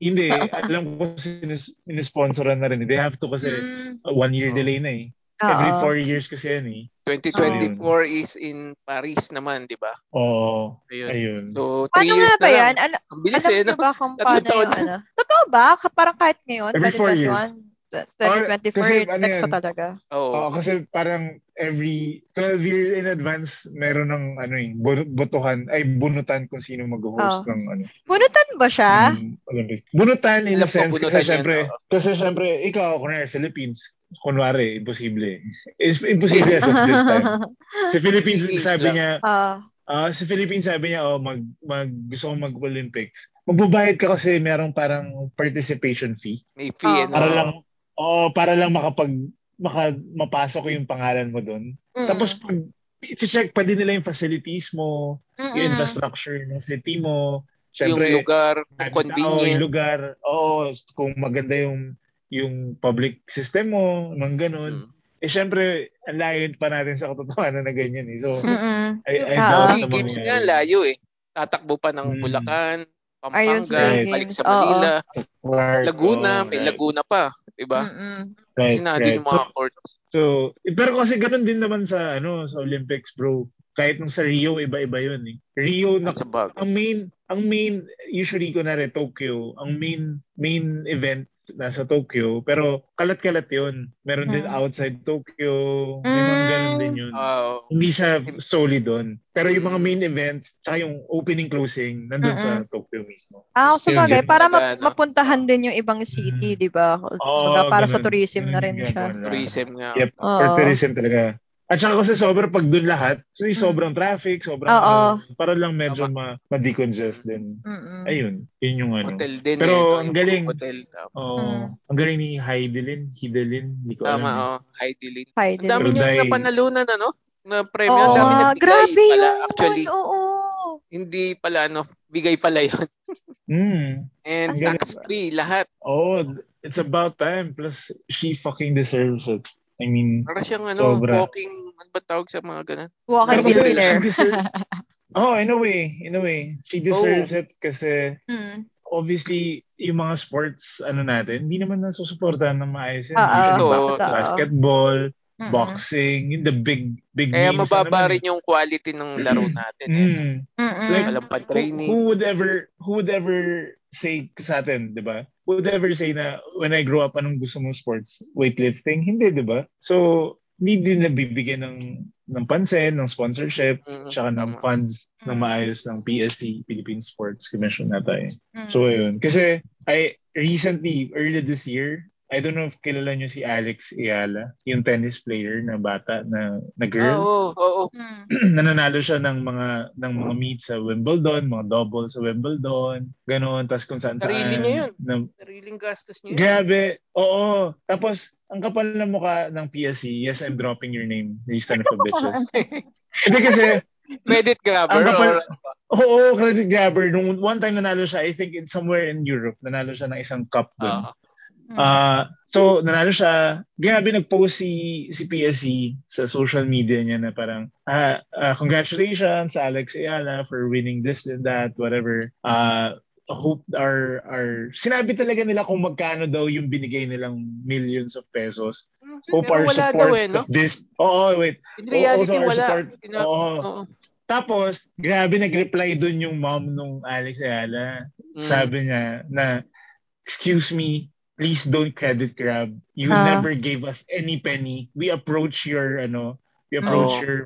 Hindi, alam ko sinus- minisponsoran na rin. eh. They have to kasi Mm, uh, one year Oh. delay na eh. oo. Every four years kasi yan eh. 2024 is in Paris naman, di ba? Oo. Ayun. Ayun. So, three Paano years nga ba na yan? lang. Ano, Ang bilis alam eh, niyo no? ba kung Tatlong paano taon yung ano? Totoo ba? Ka- Parang kahit ngayon, Every four years. 2021, Or, kasi 2024, ano next yan? na talaga. Oo. Oo, kasi parang every 12 years in advance, meron ng ano eh, bu- butuhan, ay bunutan kung sino mag-host Oh. ng ano. Bunutan ba siya? ng Olympics. Bunutan in Alam a ko, sense Ano bunutan kasi yan, syempre, oo. kasi syempre, ikaw, kunwari, Philippines, kunwari, imposible. Is, imposible as of Mm-hmm. this time. Sa Philippines, Philippines sabi lang. niya, Ah, Ah, sa Philippines sabi niya, oh, mag, mag gusto kong mag-Olympics. Magbabayad ka kasi merong parang participation fee. May fee, Oo. Ah, ano? Para lang, oh, para lang makapag, maka, mapasok yung pangalan mo doon. mm. Hmm. Tapos, pag, check pa din nila yung facilities mo, Mm-mm. yung infrastructure ng city mo. Mm. yung Siyempre, lugar, dami yung tao, yung convenient. lugar. Oo, kung maganda yung yung public system mo, nang ganun. Mm. Eh, syempre, ang layo pa natin sa katotohanan na ganyan eh. So, Mm-mm. I, I Oo. doubt Sea na Mm. Ah, Games mangyayari. nga, layo eh. Tatakbo pa ng Mm. Bulacan, Ayun, Pampanga, Sea balik Games, sa Manila, Right. Laguna, Oh, may right. Laguna pa, 'di ba? Mm-mm. Right, Kasi natin right. yung mga courts. So, so, eh, pero kasi ganun din naman sa ano sa Olympics, bro. Kahit nung sa Rio, iba-iba yun eh. Rio, na, Sa bag. ang main, ang main, usually kunwari Tokyo, ang main, main event nasa Tokyo, pero kalat-kalat yun. Meron din Mm. outside Tokyo, may Hmm. mga ganun din yun. Oo. Hindi siya solely doon. Pero yung Hmm. mga Mm. main events, tsaka yung opening closing, nandun sa Tokyo mismo. Ah, Gusto yun, sabagay. ganun Mm-hmm. Para talaga, map- no? mapuntahan din yung ibang city, di ba? Kumbaga, Ah, para sa tourism Mm, na rin siya. tourism nga. Yep, Oo. for tourism talaga. At saka kasi sobrang pag doon lahat, so yung Mm. sobrang traffic, sobrang Oo. ano, para lang medyo ma- ma-decongest din. Mm-mm. Ayun, yun yung ano. Hotel din Pero eh. no? ang Yung galing. Hotel. Tama, Oh, Mm. ang galing ni Heidelin, Hidelin, hindi ko Tama, alam. eh. oh. Heidelin. Hi, Ang dami Pero niyang dahil- napanalunan, ano? Na premyo. Oo, Ang dami nga. nagbigay grabe pala. yun. Actually, Oo. hindi pala, ano, bigay pala yun. Mm. And Ang galing. tax-free lahat. Oh, it's about time. Plus, she fucking deserves it. I mean, Para siyang, ano, Sobra. walking, ano ba tawag sa mga ganun? Walking pero kasi billionaire. she deserves- oh, in a way, in a way. Oh. She deserves it kasi Mm. obviously, yung mga sports, ano natin, hindi naman nasusuportahan ng maayos yan. Oo. Usually, Totoo. ba- basketball, Ah, Mm-mm. boxing, yung the big big Kaya names. mababa ano man, rin yung quality ng laro natin. eh. Eh. Mm. Mm-mm. Like, Walang Who- pa-training. Who, would ever who would ever say sa atin, 'di ba? Who would ever say na when I grow up anong gusto mong sports? Weightlifting? Hindi, 'di ba? So, hindi din nabibigyan ng ng pansin, ng sponsorship, Mm, tsaka ng tama. funds Mm. ng maayos ng PSC, Philippine Sports Commission nata eh. Mm. So, ayun. Kasi, I recently, early this year, I don't know if kilala nyo si Alex Ayala, yung tennis player na bata na, na Ah, girl. Oo, oo. Mm. Mm-hmm. nananalo siya ng mga ng mga meets sa Wimbledon, mga doubles sa Wimbledon, ganun, tapos kung saan saan. Sarili niya yun. Na, Sariling gastos niya. yun. grabe, oo. Tapos, ang kapal na mukha ng PSC, yes, I'm dropping your name, you son of a bitches. Hindi kasi, Credit Ang grabber. kapal- or- oo, credit grabber. Nung one time nanalo siya, I think in somewhere in Europe, nanalo siya ng isang cup dun. Ah, Ah, so nanalo siya. Grabe nag-post si si PSC sa social media niya na parang ah, ah, congratulations Alex Ayala for winning this and that whatever. Ah, hope our our sinabi talaga nila kung magkano daw yung binigay nilang millions of pesos. Hope Pero our wala support daw eh, no? of this. Oo, wait. In O- reality, also our wala. support. Pina- Oo. oo. Tapos, grabe nag-reply dun yung mom nung Alex Ayala. Mm. Sabi niya na, excuse me, please don't credit grab. You Ah. never gave us any penny. We approach your, ano, we approach Oo. your,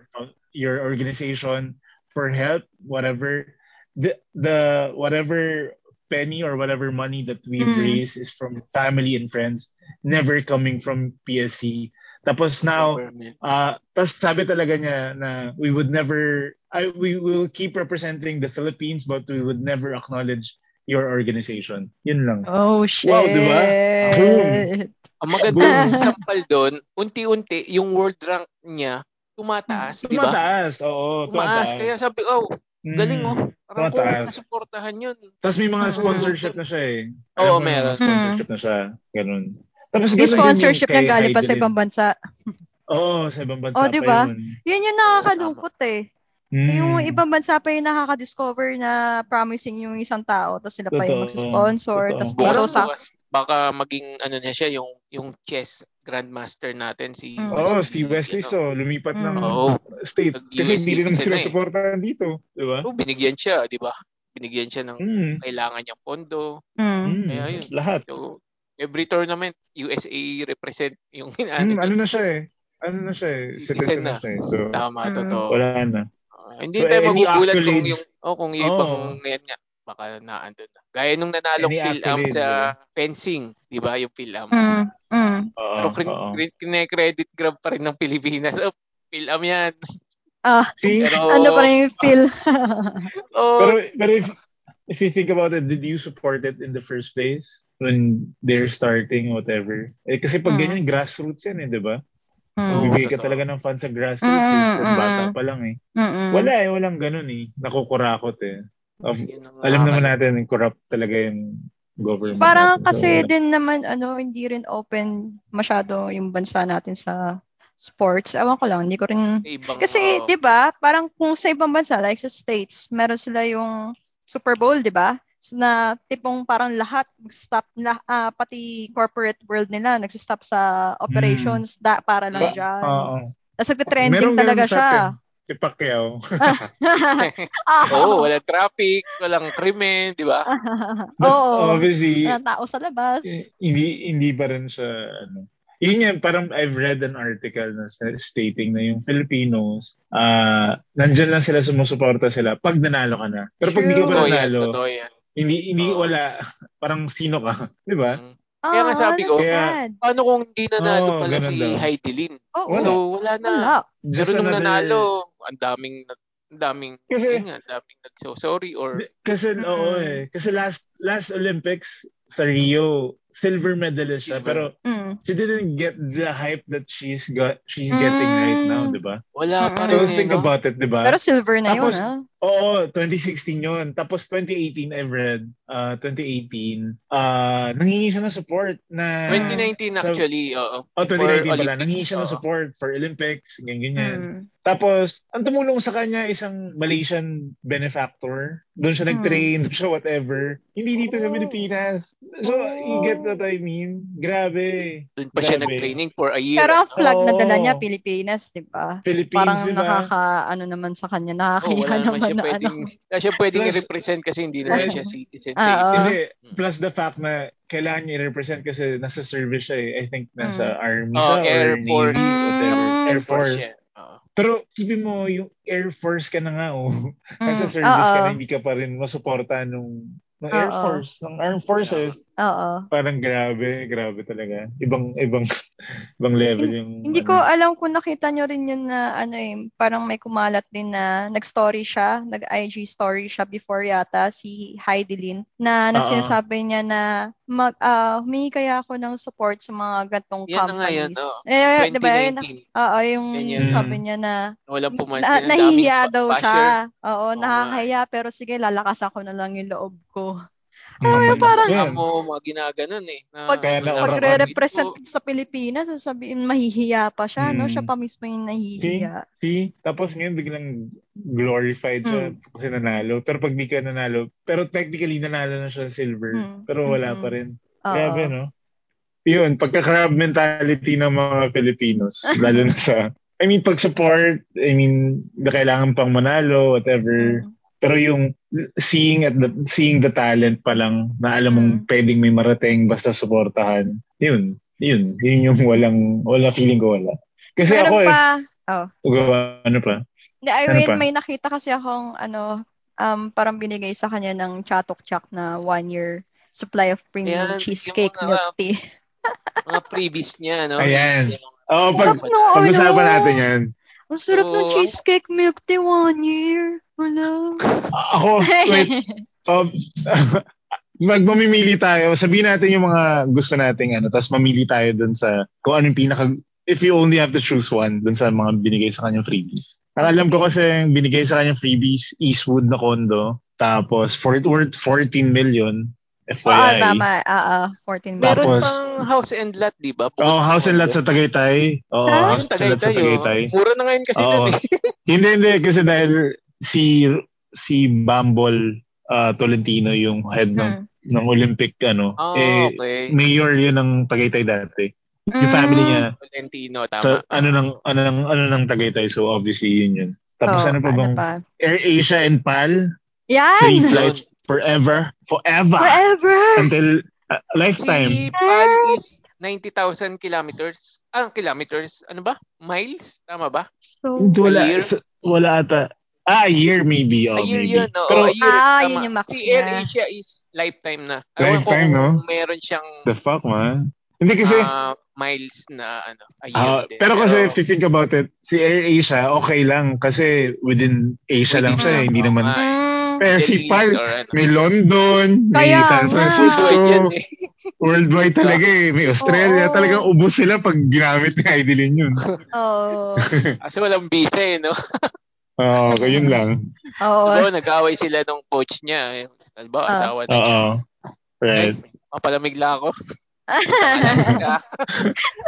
your organization for help, whatever. The, the, whatever penny or whatever money that we've Mm. raised is from family and friends, never coming from PSC. Tapos now, Government. Ah, tapos sabi talaga niya na we would never I, we will keep representing the Philippines but we would never acknowledge your organization. Yun lang. Oh, shit. Wow, di ba? Boom. Ang magandang Boom. example doon, unti-unti, yung world rank niya, tumataas, di ba? Mm. Tumataas. Oo, Tumataas. tumataas. Kaya sabi, oh, Mm. galing oh. Parang kung Tumataas. nasuportahan yun. Tapos may mga Mm. sponsorship na siya eh. Oo, Alam mo, may meron. mga sponsorship na siya. Ganun. Tapos Yung ganun din sponsorship yung kay niya galing pa sa Heidelin. ibang bansa. Oo, sa ibang bansa Oh, di ba? pa yun. Yun yung nakakalungkot eh. Mm. Yung ibang bansa pa yung nakaka-discover na promising yung isang tao tapos sila pa yung Totoo. magsusponsor Totoo. tapos Bukas dito Parang sa bukas, baka maging ano na siya, yung, yung chess grandmaster natin, si Mm. Oo, si Wesley ano. So, lumipat ng Mm. Oo. states. Kasi Nag-USC hindi rin naman kasi na sila eh. supportahan dito. Di ba? So, binigyan siya, di ba? Binigyan siya ng Mm. kailangan niyang pondo. Mm. Mm, Kaya yun. Lahat. So, every tournament, USA represent yung Mm, inaano. ano na siya eh? Ano na siya eh? Citizen Citizen na na. siya eh. So, Tama, Mm. totoo. wala na. Ah, So, hindi tayo any magugulat kung accolades? yung, oh, kung yung Oo. ibang yan nga, baka naandun na. Gaya nung nanalong Any Phil-Am accolades, sa diba? fencing, di ba, yung Phil-Am. Mm. Mm. Oo, Pero krin, oo. krin, kine-credit grab pa rin ng Pilipinas. Oh, Phil-Am yan. Ah, See? Pero, ano pa rin yung feel? oh, Pero, pero if, if you think about it, did you support it in the first place? When they're starting, whatever. Eh, kasi pag Mm. ganyan, grassroots yan eh, di ba? Mm. Bibigay ka totoo. talaga ng fans sa grassroots Mm, eh. Kung mm. bata pa lang eh. Mm-mm. Wala eh, walang ganun eh. Nakukurakot eh. Of- yun ang alam naman nakakalungkot. natin, corrupt talaga yung government. Parang natin. So, kasi wala. din naman ano hindi rin open masyado yung bansa natin sa sports. Ewan ko lang, hindi ko rin Ibang, Kasi, oh, 'di ba, parang kung sa ibang bansa like sa States, meron sila yung Super Bowl, 'di ba? So, na tipong parang lahat stop na ah, pati corporate world nila nagsi-stop sa operations da, para lang Hmm. Ba- diyan. Oo. Tapos nagte-trending ganun talaga sa siya. atin. Si Pacquiao. Ah, Oo, walang traffic, walang krimen, di ba? But Oo. eh. obviously, Walang tao sa labas. eh, hindi hindi pa rin siya ano. Yun yan, parang I've read an article na sa- stating na yung Filipinos, ah nandyan lang sila sumusuporta sila pag nanalo ka na. Pero pag hindi ka pa True. Totoo yan, nanalo, totoo yan. hindi, hindi Oo. wala, parang sino ka, di ba? Mm. Ah, Kaya nga sabi ko, that's Kaya- sad. Paano kung hindi nanalo Oo, pala ganun si daw. Heidelin? Oo. Wala. So, wala na. wala. Just Pero nung another- nanalo, eh. ang daming, ang daming, Kasi- yun nga, ang daming nagso-sorry or, Kasi, Mm-mm. oo eh. Kasi last, last Olympics, sa Rio, silver medalist siya. Silver. Pero Mm. she didn't get the hype that she's got she's getting right now, Mm. 'di ba? wala pa Mm-mm. rin Ah, So eh, think no? about it, 'di ba? Pero silver na yun, Ah, Tapos, ah. Oo, 2016 yun. Tapos 2018, I've read, uh, 2018, uh, nangingi siya ng support na... 2019 sa- actually, oo. Oh, 2019 For pala. Olympics, Nangingi siya ng oo. support for Olympics, ganyan-ganyan. Mm. Tapos, ang tumulong sa kanya isang Malaysian benefactor. Doon siya nag-train, doon siya whatever. Hindi dito Mm. sa Oh. Pilipinas. So, you get what I mean? Grabe. Doon pa siya Grabe. nag-training for a year. Pero ang flag na dala niya, Oo. Pilipinas, di ba? Philippines, Parang diba? nakaka, ano naman sa kanya, Oo, nakakahiya wala naman naman siya na pwedeng, ano. wala siya pwedeng Plus- i-represent kasi hindi naman Plus- siya citizen. Ah, sa- oo. Hindi. Mm. Plus the fact na kailangan niya i-represent kasi nasa service siya eh. I think nasa army Oh, siya or Air navy, Force. whatever. Mm. Air Force. siya. Oo. Pero isipin mo, yung Air Force ka na nga oh. Nasa Mm, service ka oo, na, hindi ka pa rin masuporta nung, ng Air Oo. Force, ng Armed Forces. Oo. Parang grabe, grabe talaga. Ibang, ibang, ibang level yung... ano. Hindi ko alam kung nakita nyo rin yun na ano eh, parang may kumalat din na nag-story siya, nag-IG story siya before yata si Heidi Lin na, na Oo. sinasabi niya na mag, ah humingi kaya ako ng support sa mga gantong Yan na nga yan, companies. oo. eh, di ba? Yun, 2019, oo, yung Ganyan. sabi niya na, walang pumansin. na Ang daming nahihiya ba- daw basher. siya. Oo, Oo nga. nakakahiya pero sige, lalakas ako na lang yung loob ko. Ay, parang- Mga mo, mga ginaganon eh. Na, Pag- Kaya na- Pag Parang- represent sa Pilipinas, sasabihin mahihiya pa siya, no? Mm. Siya pa mismo yung nahihiya. See? Tapos ngayon biglang glorified siya Mm. kasi nanalo. Pero pag di ka nanalo, pero technically nanalo na siya ng silver. Mm. Pero wala Mm-mm. pa rin. Oo. Grabe, no? Yun, pagka-crab mentality ng mga Filipinos, lalo na sa... I mean, pag-support, I mean, na kailangan pang manalo, whatever. Mm. Pero yung seeing at the, seeing the talent pa lang na alam mong Mm. pwedeng may marating basta suportahan. Yun, yun. Yun yung walang, wala feeling ko wala. Kasi Meron ako, eh, pa, oh. Gawa, ano pa? Hindi, I Ano mean, pa? may nakita kasi akong, ano, um, parang binigay sa kanya ng chatok-chak na one year supply of premium Ayan, cheesecake bigyan mo na milk tea. mga previous niya, no? Ayan. Yung- Oo, pag, Sarap nung pag-usapan ulo. natin yan. Ang sarap ng Oo, ang- cheesecake milk tea one year. Wala. A- Ako, wait. Um, pag mamimili tayo, sabihin natin yung mga gusto nating ano, tapos mamili tayo dun sa kung ano yung pinaka, if you only have to choose one, dun sa mga binigay sa kanyang freebies. Ang alam ko kasi yung binigay sa kanyang freebies, Eastwood na condo, tapos Fort Worth 14 million, Oo, FYI. Ah, tama. Oo, 14 minutes. Meron Tapos- pang house and lot, di ba? Bukod Oh, sa house and lot sa condo. Tagaytay. Oo, Saan? house and lot sa Tagaytay, oh. Tagaytay. Mura na ngayon kasi Oo. dun eh. Hindi, hindi. Kasi dahil si si Bambol ah, Tolentino yung head ng, Mm. ng Olympic ano. Oh, eh, okay. Mayor yun ng Tagaytay dati. Yung family niya. Valentino, Sa, tama. ano ng ano ng ano ng Tagaytay so obviously yun yun. Tapos Oo, ano pa bang pa? Air Asia and PAL three Yan! flights forever forever Forever! until ah, Si lifetime. Pal is 90,000 kilometers. Ah, kilometers. Ano ba? Miles? Tama ba? So, Hindi, Wala a year? s- wala ata. Ah, a year maybe. Oh, a year maybe. yun. Oo, Pero a year. Ah, tama. yun yung max si Air niya. Asia is lifetime na. Lifetime, ko no? kung meron siyang the fuck man. Hindi kasi ah, miles na ano, a year. Ah, din. pero kasi if you think about it, si Air Asia okay lang kasi within Asia lang Within siya, eh, siya, hindi oo naman. nga. Mm. Pero Middle si East Pal, or ano. may London, may Kaya San nga. Francisco, Worldwide yan eh. worldwide talaga eh, may Australia, Oo. talagang ubos sila pag ginamit ni Idolin yun. Oo. Kasi walang visa eh, no? Oo, oh, yun lang. Oo. Diba, nag-away sila nung coach niya. eh. Ano ba, Oh. Ah. asawa na niya. Oo. Right. Ay, mapalamig lang ako. Ang Alaska.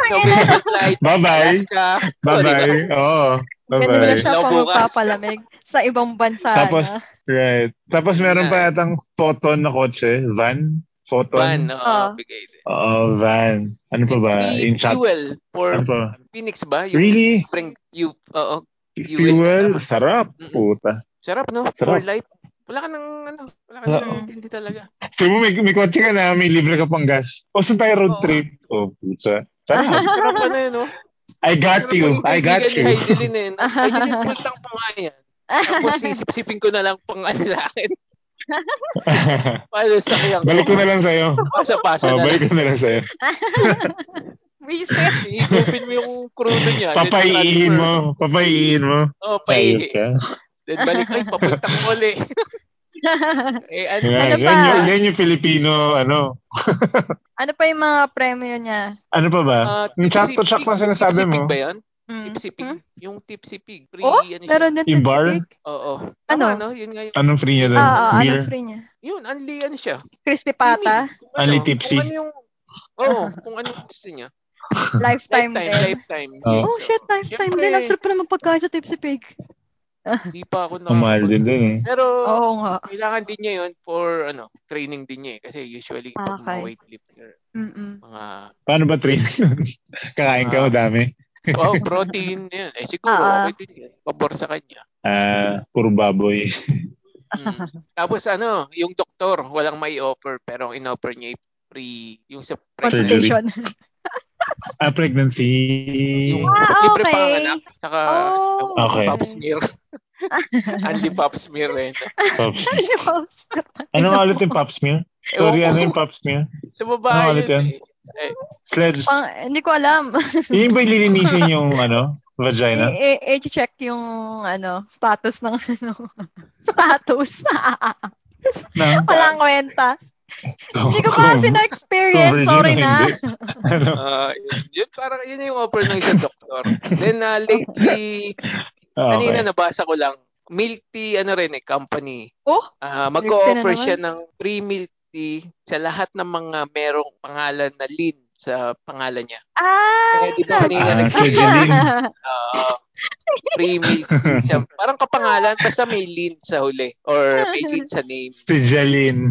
November flight. Bye-bye. Alaska. Bye-bye. Oo. Ganun na Bye-bye. siya pa Labo ka. magpapalamig sa ibang bansa Tapos, na. right. Tapos meron Yeah. pa atang photon na kotse, van, photon. Ban, no? Ah. Bigay din. Oo, van. Ano pa ba? Free In chat. Fuel for Ano pa? Phoenix ba? Yung Really? Spring, you, oo. Fuel. Fuel, sarap, Mm-mm. puta. Sarap, no? Sarap. For life. Wala ka ng, ano, wala ka Sa- ng hindi talaga. So, may, may kotse ka na, may libre ka pang gas. O saan tayo road Oo. trip? Oh, puta. Sarap. Sarap pa na yun, no? I Ano got you. I got you. Ay, dilin eh. no? Ay, dilin, pultang pa nga yan. Tapos isip-sipin ko na lang pang alakin. Paano sa kayang balik ko na lang sa'yo. Oh, Pasa-pasa na lang. balik ko na lang sa'yo. Visit. Iigupin mo yung krudo niya. then Papaiihin transfer. mo. Papaiihin mo. Oo, Sayot paihi. ka. Then balik, ay, papunta ko uli. eh, ano, Yan, Ano yan, pa? yung, yan yung Filipino, ano. ano pa yung mga premyo niya? Ano pa ba? Ah, yung chak to chak na Pacific- sinasabi Pacific mo. ba yan? Mm. Tipsy Pig. Hmm? Yung Tipsy Pig. Free, Oh, ano siya? Meron din Yung bar? Tipsy Pig. Oo. Ano? Tama, no? Yun nga yun. Anong free niya Oo, doon? oo, ano Beer? free niya? Yun, unli, ano siya? Crispy pata. Kung Unli tipsy. Kung ano yung, oo, kung ano yung gusto niya. Lifetime, Lifetime, din. lifetime. Oo. Oh, shit, lifetime din. Ang sarap naman pagkain sa Tipsy Pig. Hindi pa ako na. Ang mahal din doon eh. Pero, Oo nga. kailangan din niya yun for, ano, training din niya eh. Kasi usually, pag Ah, Okay. mga weightlifter, Mm-mm. mga, Paano ba training nun? Kakain ka Ah. madami. oh, protein yun. Eh, siguro, Ah. okay din yun. Pabor sa kanya. Ah, puro baboy. Mm. Tapos ano, yung doktor, walang may offer, pero ang in-offer niya ay free, yung sa pregnant. Surgery. Consultation. Ah, pregnancy. Yung Ah, libre okay. panganak, saka ano, Oh, Okay. pap smear. Anti pap smear rin. Pops. Animals. Ano nga ulit yung pop smear? Oh. Sorry, Ewan ano ko. yung pop smear? Sa babae Ano ulit yun. yun? eh. Eh, Sledge. Pang, hindi ko alam. Yun ba lilinisin yung ano? Vagina? I-check yung ano, status ng ano. status. Na? Walang kwenta. Hindi ko pa kasi na-experience. Virgin Sorry o na. hindi. Ano? ah, yun, yun, parang yun yung offer ng isang doktor. Then ah, lately, Ah, okay. kanina nabasa ko lang, milk tea, ano rin eh, company. Oh, Milk tea Ah, na mag-offer naman. siya ng free milk tea sa lahat ng mga merong pangalan na lean sa pangalan niya. ah. Eh, di ba kanina Ah, nag- Jeline. Ah, free milk tea siya. Parang kapangalan, basta may lean sa huli. Or may lean sa name. Si Jeline.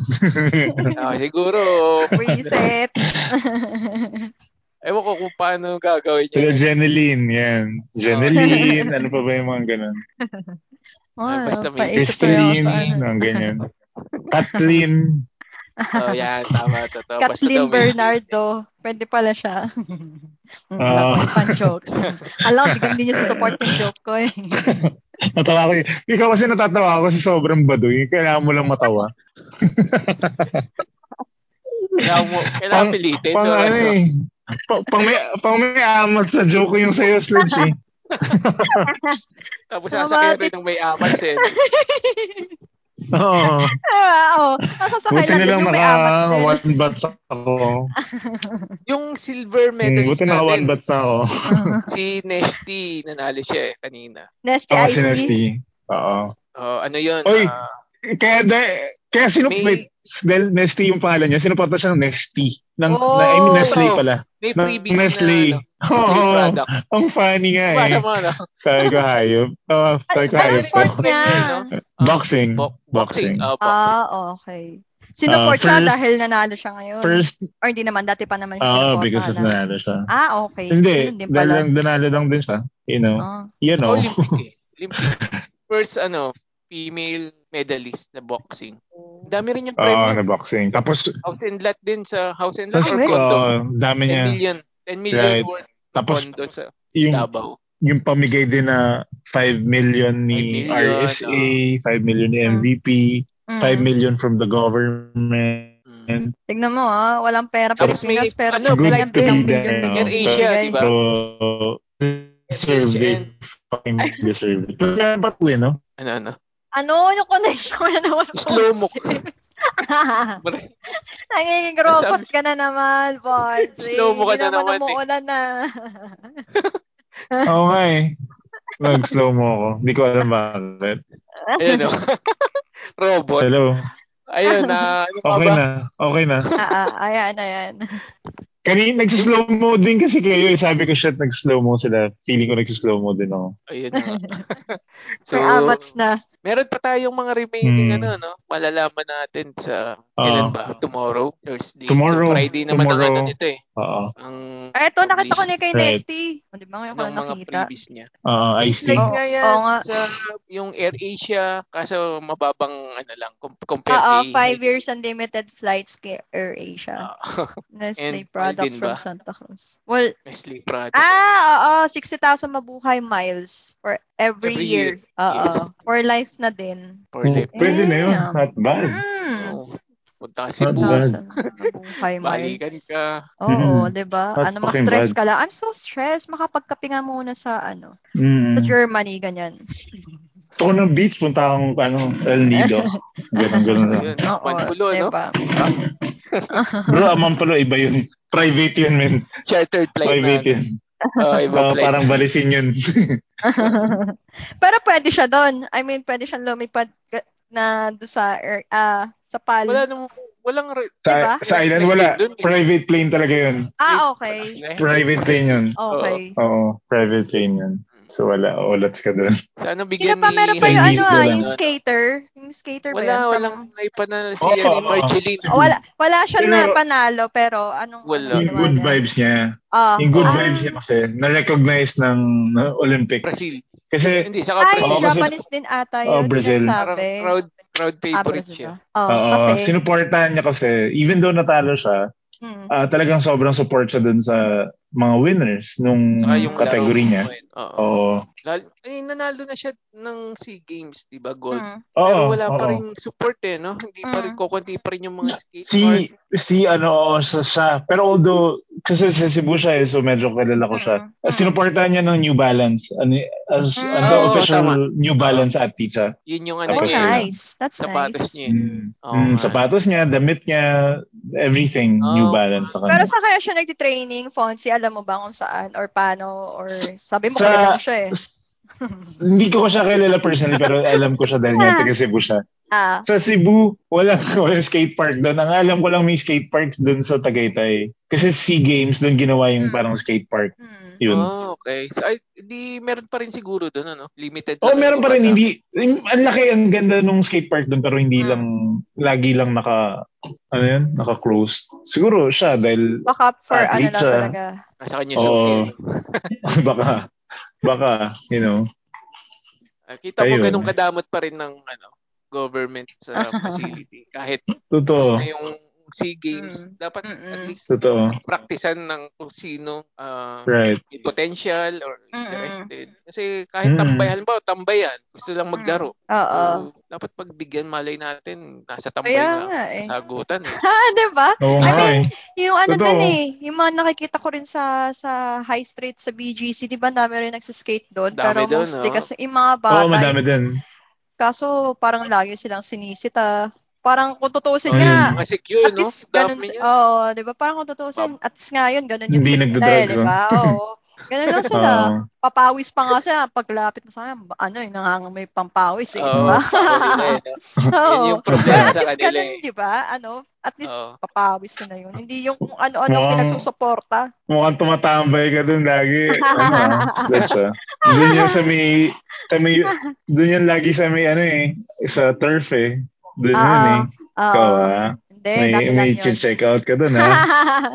Ah, siguro, Reset. ewan ko kung paano gagawin Sila niya. Jeneline, yan. Jeneline, ano pa ba yung mga ganun? Oh, basta may- paisip ko yung Christeline, sa ano. mga ganyan. Kathleen. Oh, yan, tama, totoo. Basta daw Kathleen may- Bernardo. Pwede pala siya. Mm, Ah. Alam ko, yung pan-joke. Alam ko, hindi- hindi niya susupport yung joke ko eh. Natawa ko yun. Ikaw kasi natatawa ako sa sobrang baduy. Kailangan mo lang matawa. Kailangan mo, kailangan pilitin. Pang no? ano eh. Pa- pang may, pang may amat sa joke ko yung sa'yo, Sledge eh. Tapos Tama, sasakyan di- rin ng may amats eh. Oo. Ah, Oo. Ako sa Buti kailan na lang yung may Ah, amats naka din. one bats ako. Yung silver Hmm, medalist Buti naka one natin, bats na ako. si Nesty, nanalo siya eh, kanina. Nasty Ako Oh, si Icy. Nesty. Oo. Oh, ano yun? Oy! ah, Kaya, da, kaya sino, May- wait, dahil Nesty yung pangalan niya, sinuporta siya ng Nesty. Ng, Oh! na, I mean, Nestle pala. may Ng freebies Nestle. na ano, Nestle Oo. product. ang funny nga eh. Basa mo, ano? Sabi ko hayop. Oh, sabi ko Ano hayop sport to. niya? Ah, Boxing. bo- boxing. boxing. ah, boxing. Ah, okay. Sinupport Ah, siya first- dahil nanalo siya ngayon. First, Or hindi naman, dati pa naman siya oh, sinuportahan because of na. nanalo siya. Ah, okay. Hindi, Ganun din dahil pala. lang nanalo lang din siya. You know, Ah. you know. Olympic eh. Olympic. First, ano, female medalist na boxing. Ang Dami rin yung Oo, premium. na boxing. Tapos, House and lot din sa House and lot tapos or Ay, condo. oh, dami 10 niya. million. 10 million Right. worth Tapos, condo sa yung, Davao. yung pamigay din na 5 million ni 5 million, Hmm. RSA, 5 million ni MVP, Mm. 5 million from the government. Mm. Tignan mo ah, walang pera Tapos Pilipinas, may- pero ano, may Black ganyan to be bilang there, billion no? billion Air Asia, bigay. di ba? So, deserve it. Fucking deserve it. Pero kaya ba't win, eh, no? Ano, ano? Ano? Yung connection ko na naman po. Slow mo. Nangiging robot ka na naman, boy. Slow mo ka na naman, eh. Umuulan na. Oo nga eh. Nag-slow mo ako. Hindi ko alam bakit. Ayan o. Robot. Hello. Ayun na. Ano pa Okay ba? na. Okay na. ah, ah, ayan, ayan. Kanina, nag-slow mo din kasi kayo. eh. Sabi ko, shit, nag-slow mo sila. Feeling ko nag-slow mo din ako. Ayun na. nga. ah. so, May amats na. meron pa tayong mga remaining Hmm. ano, no? Malalaman natin sa Oo. kailan ba? Tomorrow? Thursday? Tomorrow. So, Friday naman Tomorrow. ang ano nito eh. Oo. Ang, Ay, ito, Ah, nakita ko na kay Right. Nesty. O, di ba ngayon ko ng na mga nakita? previous niya. Oo, ice tea. Like Oo, nga yan oo nga. sa yung AirAsia kaso mababang ano lang com- compared Oo, kay five years unlimited flights kay AirAsia. Ah, Nestle And products Alvin from ba? Santa Cruz. Well, Nestle product. Ah, oo. 60,000 mabuhay miles for every, Every year. Oo. Yes. For life na din. for Oh, life. pwede na yun. Damn. Not bad. Mm. Oo. Punta ka Not Cebu, bad. 60,000 mabuhay balikan miles. ka. Oo, Mm. 'di ba? Not Ano mas fucking stress bad. ka lang. I'm so stressed. Makapagkape nga muna sa ano, sa Mm. Germany ganyan. Gusto ko ng beach. Punta akong ano, El Nido. Ganun, ganun lang. Ayun, Oo, Manpulo, no? 'di ba? Bro, amang pala iba yun. Private yun, man. Chartered flight na. Private yun. Oh, iba Oh, flight. parang balisin yun. Pero pwede siya doon. I mean, pwede siyang lumipad ka- na doon sa, air- ah, sa PAL. Wala namang, walang, re- Diba? sa, sa island wala. Dun eh. Private plane talaga yun. ah, ano okay. Private plane yun. Okay. Oo, private plane yun. So wala, ulats ka doon. Sana Sino bigyan pa? ni... Meron pa yung Hindi ano ko ah, alam. yung skater. Yung skater ba Wala, yun? From- Oh, walang naipanalo si Oo. Erin Marceline. Wala, wala siya Pero- na panalo, pero anong... Wala. anong Yung ginawa good niya? vibes niya. Ah, Yung good ah, vibes niya kasi na-recognize ng uh, Olympics. Brazil. Kasi, Hindi, saka Ay, Oo, Brazil. kasi- Japanese din ata Oo, yun. Brazil. Parang Sinasabi. crowd, crowd Ah, favorite Brazil siya. ba? Oo, oo, kasi... sinuportahan niya kasi, even though natalo siya, mm, ah, talagang sobrang support siya dun sa mga winners nung Saka Ah, yung Mm, category laro. eh. niya. Oh. Oo. Oo. Lalo, ay, nanalo na siya ng SEA Games, di ba? Gold. mm. Oo, Pero wala pa oo. rin support eh, no? Hindi pa rin, Mm. kukunti pa rin yung mga skate Si, si ano, oo, sa siya. Pero although, kasi sa Cebu siya eh, so medyo kilala ko Mm-hmm. siya. Ah, Mm. Sinuportahan niya ng New Balance. Ano, as, Mm. as the Oo, official tama. New Balance athlete siya. Yun yung ano Oh, Tapos yun. niya, eh, nice. That's nice. sapatos niya. eh. Mm. Oo Mm, nga. sapatos niya, damit niya, everything, New Oo Balance sa Pero kanya. sa kaya siya nagtitraining, Fonzie, alam mo ba kung saan or paano or sabi mo Sa- kilala mo siya eh. Hindi ko siya kilala personally, pero alam ko siya dahil nga taga Cebu siya. Ah, Sa Cebu, walang, walang skate park doon. Ang alam ko lang may skate park doon sa Tagaytay. Kasi SEA Games doon ginawa yung Mm. parang skate park. hmm. Yun. Oh, okay. So, ay, di, meron pa rin siguro doon, ano? Limited. Oh, lang meron pa rin kumbaga. hindi yung- ang laki ang ganda nung skate park doon pero hindi Mm. lang lagi lang naka ano yun, naka-closed. Siguro siya dahil Baka for ano Athlete lang siya. talaga. Nasa Ah, kanya Oo. social. baka baka, you know. Ah, Kita mo Ayun. ganun kadamot pa rin ng ano, government sa facility. Kahit Totoo. na yung SEA Games, Mm. dapat at Mm-mm. least Totoo. praktisan ng kung sino ah, Right. may potential or Mm-mm. interested. Kasi kahit Mm. tambay, halimbawa tambayan, gusto lang maglaro. Oo. So, dapat pagbigyan malay natin, nasa tambay Kaya na nga eh. sagutan eh. Ha, di ba? Oo I nga mean, eh. diba? Yung ano Totoo. dun eh, yung mga nakikita ko rin sa sa high street sa BGC, di ba ang dami rin nagsiskate doon? Dami Pero dun, mostly no? kasi yung mga bata, eh. Oo, madami din. kaso parang lagi silang sinisita. Parang kung tutusin Ayun. nga, Kasi cute, at no? least ganun, oh, Dami niya. oo, di ba? Parang kung tutusin, at least nga yun, ganun yung Hindi trip nila eh, nagdadrugs, di ba? Oo. Ganun lang sila. Oo. Papawis pa nga sila. Paglapit mo sa akin, ano eh, nangangamoy pampawis eh, di Oo, ba? oo, yun eh, no? Yun Oo. yung At problema sa least kanila ganun, eh. di ba? Ano, at least Oo. papawis na yun. Hindi yung kung ano-ano Mukhang- pinagsusuporta. Mukhang tumatambay ka doon lagi. ano, ah, slut siya. Doon yan sa may, sa may, doon yan lagi sa may, ano eh, sa turf eh. Doon Oo. yun eh. Ikaw Oo. ah. Hindi, May, dati lang may Eh, yun. check out ka doon ah.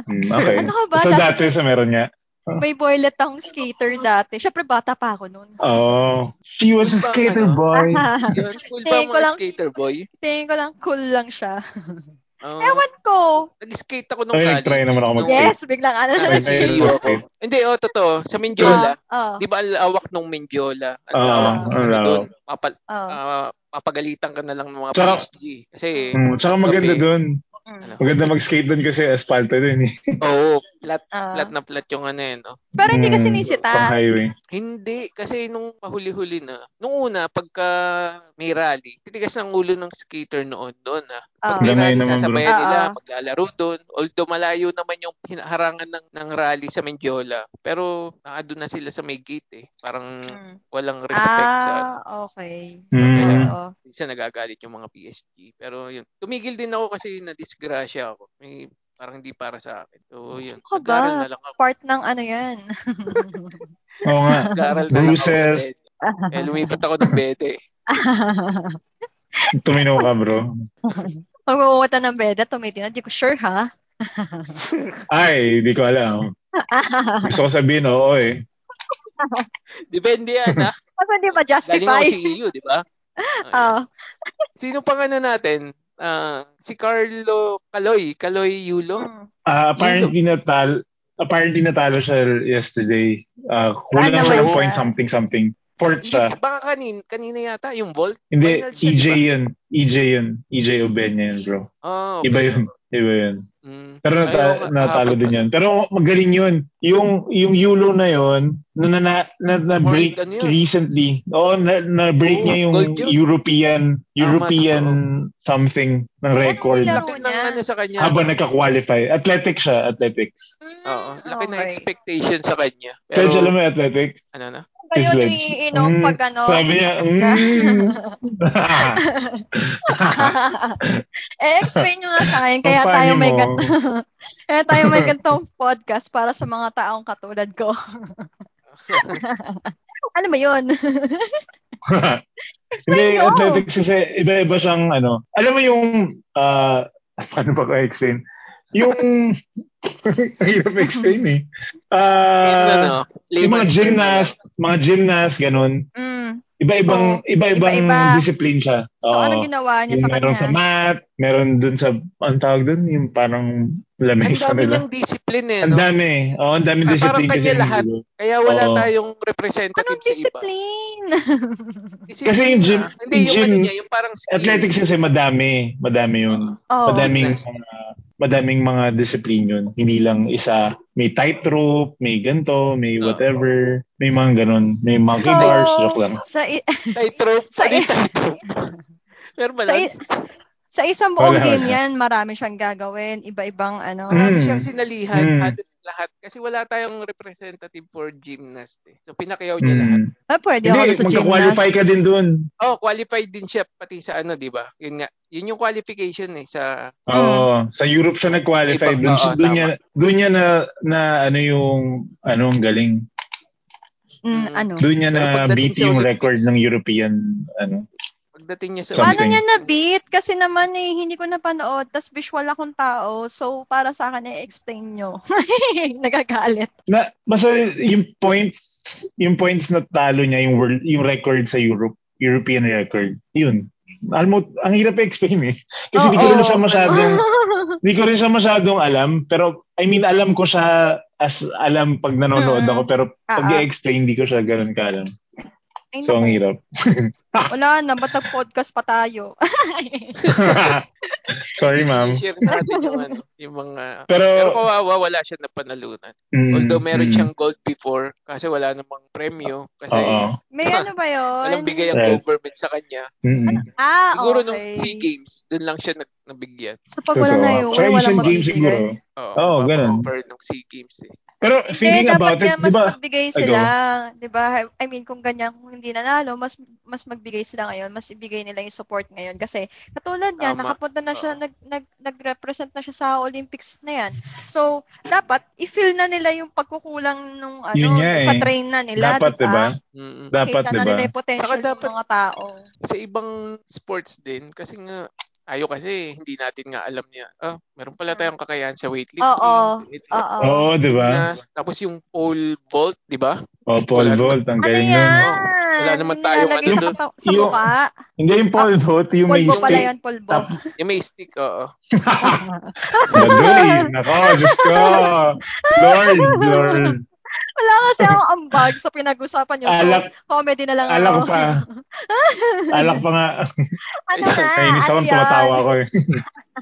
Hmm, okay. Ano ka ba? So Dati- dati sa meron niya. May boylet akong skater dati. Siyempre, bata pa ako noon. Oh, she was a Ibang skater ano? boy. Ah. Yun, cool ba Tingin ang ko mga lang- skater boy? Tingin ko lang cool lang siya. Oo. Ewan ko. nag-skate ako nung Ay, college. nag-try naman ako Nung- mag-skate. Yes, biglang ano na Nasa Nag-try siya. rin CU ako. mag-skate. Hindi, oh, totoo. Sa Mindiola. Ah, ah, Di ba ang lawak nung Mindiola? Ang Oo, lawak Ah. ng ano ang doon. Papal, ah. ah, papagalitan ka na lang ng mga Tsaka- PSG. Kasi, Hmm, tsaka maganda doon. Mm, Ano? Maganda mag-skate doon kasi asfalto doon eh. oo, flat, ah. flat na flat yung ano yun. No? Pero hindi kasi Hmm, nisita. Pang highway. Hindi, kasi nung mahuli-huli na, nung una, pagka may rally, titigas ng ulo ng skater noon doon. Ah. Ah. Pag may Damay rally, naman, bro. sasabayan nila, Ah, ah. maglalaro doon. Although malayo naman yung hinaharangan ng, ng rally sa Mendiola. Pero nakadoon na sila sa may gate eh. Parang Mm. walang respect sa ano. Ah, okay. Mm. Oo. Minsan nagagalit yung mga PSG. Pero yun, tumigil din ako kasi na-disgrasya ako. May, parang hindi para sa akin. So yun, Ano ka ba? nag-aral na lang ako. Part ng ano yan. Oo nga. Nag-aral na lang ako sa Bruises. bed. Eh, lumipat ako ng bed eh. Tumino ka, bro. Pag umuwata ng beda, tumitingin. Hindi ko sure, ha? Ay, di ko alam. Gusto ko sabihin, oo eh. Depende yan ah. Kasi hindi Galing ako ma-justify. sa EU, di ba? Ayun. Ah, Sino pang ano natin? Ah, si Carlo Caloy, Caloy Yulo. mm. Ah, apparently natal apparently natalo siya yesterday. Ah, Ano kulang siya ng ba point siya? something something. Fourth Hindi, siya. baka kanin, kanina yata yung Volt. Hindi, E Final siya, EJ di ba? yun. EJ yun. EJ E Obenya yun, bro. Oh, okay. Iba yun. Iba yun. Mm. Pero nata- Ayaw nga, natalo kahapon din pa- yan. Pero magaling yun. Yung, yung Yulo na yun, na, na, na, na, na break Gold ano yun? recently. Oo, na, na break Oo, niya yung gold yun. European, European something ng Ay, record. ano Laki ng ano sa kanya. Habang nagka-qualify. Athletic siya, athletics. Oo, laki ng Okay. expectation sa kanya. Pero, Pero, Fudge, alam mo yung athletics? ano na? Ano Is yun veg. yung iinom Mm, pag ano? Sabi niya, biscuit ka? mm. Ah. eh, explain nyo nga sa akin. Kaya Ang tayo funny may mo. gan- Kaya tayo may gantong podcast para sa mga taong katulad ko. ano ba yun? Hindi, Explain nyo. athletics kasi iba-iba siyang ano. Alam mo yung, ah, paano ba ko explain? Yung, ang hirap explain eh. Yung ano, Ah, yung mga layman's term na lang. gymnast, mga gymnast, ganun. Mm. Iba-ibang, iba-ibang Iba-iba. discipline siya. So, Oo. ano ginawa niya Yung sa meron kanya? sa math, meron dun sa, ang tawag dun, yung parang Ang lamesa dami nila. niyang discipline eh, Ang no? dami. Oo, ang dami Ah, discipline parang kanya kasi. yung lahat. judo. Kaya wala Oo. tayong representative Anong sa iba. discipline? Discipline Kasi yung na. gym- Hindi, yung gym- ano niya, yung parang skill. Athletics kasi madami. Madami yun. Oo. madaming Gymnast. mga madaming mga discipline yun. Hindi lang isa, may tightrope, may ganto, may Oo. whatever, may mga ganun, may monkey So- bars, joke lang. Sa, i- Tightrope. Sa- Ano yung tightrope? Meron ba sa, lang? i- sa isang buong Wala, game wala. yan, marami siyang gagawin. Iba-ibang ano. Marami Mm. siyang sinalihan, Mm. halos lahat. Kasi wala tayong representative for gymnast eh. So pinakayaw niya lahat. Mm. Ah, pwede ako Hindi, na sa magka-qualify gymnast. ka din dun. Oh, qualified din siya pati sa ano, 'di ba? Yun nga. Yun yung qualification eh sa Mm. Oo, sa Europe siya nag-qualify. Iba- Doon oo, doon tama. niya doon niya na na ano yung ano ang galing. Mm, Mm. ano? Doon niya Pero na pagdating beat sa yung Olympics- record ng European ano. pagdating niya sa Something. Paano niya na-beat? Kasi naman eh, hindi ko napanood. Tapos visual akong tao. So, para sa akin, i-explain nyo. Nagagalit. Na basta yung points yung points na talo niya yung world yung record sa Europe, European record. Yun. Almost ang hirap i-explain eh. Kasi hindi ko rin Oo. siya masyadong Hindi ko rin siya masyadong alam, pero I mean, alam ko siya as alam pag nanonood Mm. ako, pero pag Ah, ah. i-explain, hindi ko siya ganun kaalam. Ay, So, ang naku. hirap. Wala na, ba't nag-podcast pa tayo? Sorry, ma'am. share natin yung ano, yung mga pero Pero, kawawa wala siya napanalunan. mm, Although meron mm, siyang gold before kasi wala namang premyo kasi Oo. May ano ba yun? walang bigay ang Right. government sa kanya. Mm, Ah, Siguro nung SEA okay. Games, doon lang siya nag- nabigyan. So, pag wala Totoo. na yun, Tsaka wala Asian Games siguro. magbibigay. Oo, Oo, ganun. Over nung SEA Games eh. Pero Hindi, thinking dapat about it, nga di mas ba? magbigay Ay, sila, 'di ba? I mean, kung ganyan kung hindi nanalo, mas mas magbigay sila ngayon, mas ibigay nila yung support ngayon kasi katulad niya, Tama. nakapunta na siya Oo. nag, nag nag-represent na siya sa Olympics na 'yan. So, dapat i-feel na nila yung pagkukulang nung ano, Yun nga eh. ipatrain na nila, dapat, di ba? Mm-mm. Dapat, diba? Kita na eh, di ba? nila yung potential Saka dapat- ng mga tao. sa ibang sports din kasi nga ayo kasi hindi natin nga alam niya ah meron pala tayong kakayahan sa weightlifting Oo. it- Oo. Oo, di ba? gymnast, tapos yung pole vault diba? di ba O, Wala pole naman. vault, ang Ano galing nun. yan? Wala naman Yung tayong nilalagay ano sa, doon. kata- sa Yung- mukha. Hindi yung pole vault, yung may Polvo Ah, pala stick. yun, polvo. Tap- yung may stick oo Baduy! eh. Nako, Diyos ko! Lord, Lord. Wala kasi akong ambag sa pinag-usapan yung Alak, comedy na lang alak ako. pa. Alak pa nga. Ano na? Nainis ano akong yan? tumatawa ko eh.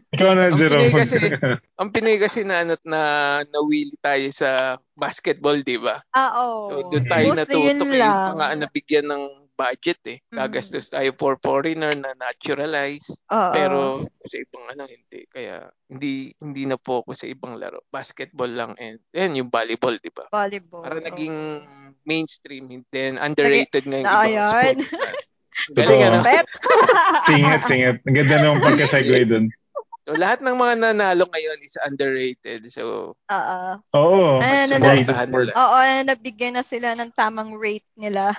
Ikaw na, Ang Jerome. Pinoy kasi- ang Pinoy kasi na ano na nawili tayo sa basketball diba? di ba Ah, so, oo. doon tayo Mostly yun natutok eh, lang. Mm. yung mga nabigyan ng budget eh gagastos tayo for foreigner na naturalized Oo. pero sa ibang ano hindi kaya hindi hindi na focus sa ibang laro basketball lang and then yung volleyball di ba volleyball. para naging oo. mainstream then underrated na yung Ah, ibang ayan. sport galing Totoo. ano Bet. Singit, singit. Ang ganda nung pagka-segue dun. so, lahat ng mga nanalo ngayon is underrated so Oo. Oo. Ay, it's nandun- underrated Supportahan sport. nila. Oo, nabigyan na sila ng tamang rate nila.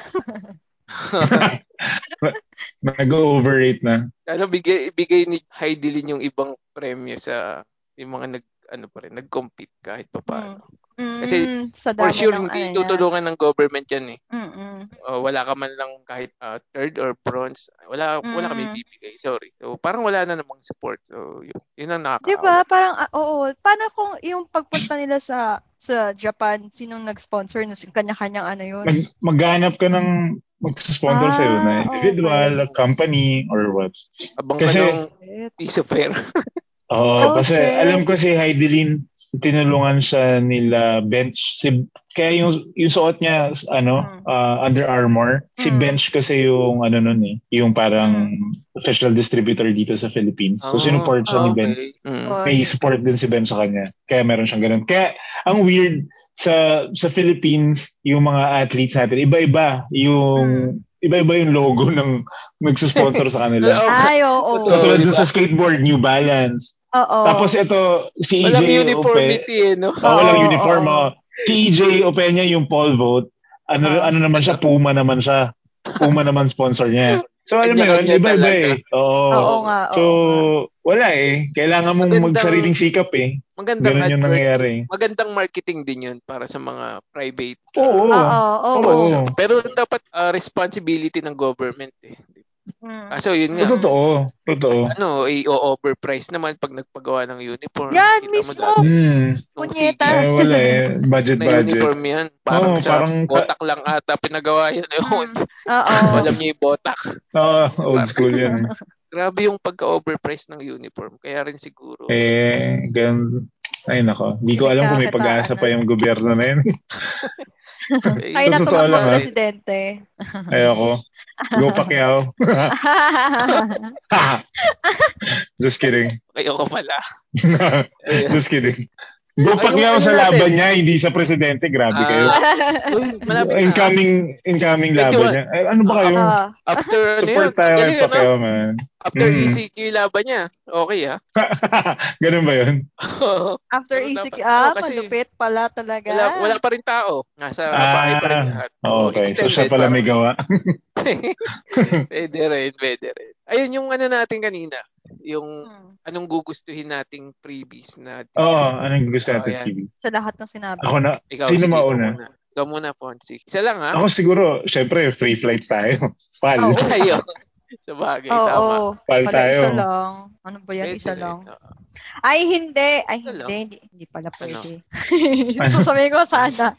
Nag-overrate na. ano bigay bigay ni Heidelin yung ibang premyo sa yung mga nag ano pa rin nag-compete kahit pa paano Mm, Kasi sa dami for sure ng ano yan. hindi tutulungan ng government yan eh Mm-mm. O, wala ka man lang kahit ah, third or bronze wala wala kami Mm. bibigay sorry so parang wala na namang support so yun, yun ang Di nakakaawa ba? Parang, ah, oo. Paano kung yung pagpunta nila sa sa Japan, sinong nag-sponsor? Nas- Kanya-kanyang ano yun? Mag maghanap ka ng mag-sponsor Ah, sa'yo na individual, okay. a company, or what. abang Kasi- ka ng Shit. piece of air Oh, Oo, kasi shit. alam ko si Heidelin, tinulungan siya nila Bench. Si, kaya yung, yung suot niya, ano, Mm. ah, Under Armour. Si Mm. Bench kasi yung, ano nun eh, yung parang Hmm. official distributor dito sa Philippines. So, sinuport siya ni Bench. Oh, okay. Mm. So, May support din si Ben sa kanya. Kaya meron siyang ganun. Kaya, ang weird, sa sa Philippines, yung mga athletes natin, iba-iba yung, Hmm. iba-iba yung logo ng nagsusponsor sa kanila. Oo. Ay, oo. Totoo. Oo. Katulad diba? dun sa skateboard, New Balance. Tapos eh, ito, si EJ Walang Ope, uniformity eh, no? oh, walang Oo, uniform. oo. oh. Si EJ Opeña yung pole vault. Ano, Ah. Oo. ano naman siya? Puma naman siya. Puma naman sponsor niya. So alam mo yun, Kanya-kanya iba-iba talaga. eh. Oo. oo nga. oo So, nga. wala eh. Kailangan mong Magandang- magsariling sikap eh. Magandang Ganun yung advert. nangyayari. Magandang marketing din yun para sa mga private. uh, Oo. Oo, oo. Oo. oo. Pero dapat uh, responsibility ng government eh. Mm. Kaso yun O, nga, Totoo. Totoo. ano, i-overprice naman pag nagpagawa ng uniform. Yan, Kita mo mismo. dati, Hmm. nung Punyeta. sige, Ay, wala eh. Budget, na budget. uniform yan. Parang Oo, sa parang- botak lang ata pinagawa yun. Ayun. Mm. Oo. Alam niyo yung botak. Oo, old school yun. Grabe yung pagka-overprice ng uniform. Kaya rin siguro. Eh, ganun. Ay, nako. Hindi ko alam kung may pag-asa pa yung gobyerno na yun. Eh, Ay, naku, Totoo lang, mga ha? presidente. Ayoko. Go Pacquiao. Just kidding. Ayoko pala. Just kidding. Go ano Pacquiao sa laban niya, hindi sa presidente. Grabe kayo. Uy, Ah, malapit na. Incoming, incoming laban niya. Ay, ano ba kayo? Oo. After ano yun? Support tayo kay Ang galing, ano? Pacquiao, man. After E Mm. ECQ laban niya. Okay ah. Ganun ba yun? After Pero ECQ, dapat- ah, oo, kasi- malupit pala talaga. Wala, wala pa rin tao. Nasa Ah. bahay pa rin lahat. Oo, Okay, so Oh, extended siya pala parang- may gawa. pwede rin, pwede rin. Ayun yung ano natin kanina. Yung Hmm, anong gugustuhin nating previous na Oo, anong gusto Oh, natin, yan. Kibi? Sa lahat ng sinabi. Ako na, Ikaw, Sino sige, mauna? Ikaw muna. Ikaw muna, Fonsi. Isa lang ha? ako siguro, syempre, free flights tayo. Pal, Oo. Ayun. Sa Oo, bagay, tama. oo. Wala, pal tayo. isa lang. Ano ba yan, Pwede isa rin, lang? oo. Ay, hindi. Ay, Isa hindi. lang. Hindi, hindi pala pwede. Ano? Susabihin ko sana.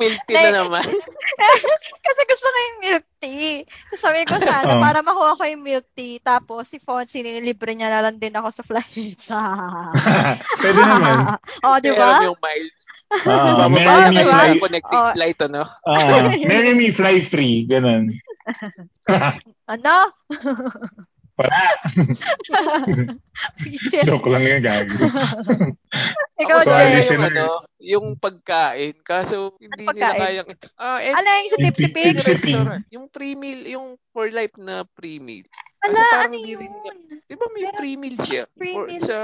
Milty na Like, naman. Kasi gusto ko yung milk tea. Sasabihin ko sana, Oo. para makuha ko yung milk tea. Tapos si Fonzie, nililibre niya na lang din ako sa flight. Pwede naman. Oo, Ah, di Alam ba? yung miles. Ah, marry Mababa me, na ba? fly, Sa connecting Oo. flight, ano? ah, marry me, fly free. Ganun. Ano? Wala. Fisher. Joke lang yun, gagi. Ikaw, Ako, Jay. Ako sa Jay. Alice. yung, Listener. ano, yung pagkain. Kaso hindi Ano nila pagkain? kayang... Ah, eh, Ano yung sa Yung tipsy tip- pig? tipsy pig. restaurant. Yung pre-meal, yung for life na pre-meal. Kasi Ala, parang ano hindi yun? rin Di ba may Meron- pre-meal siya? Or Pre-meal. sa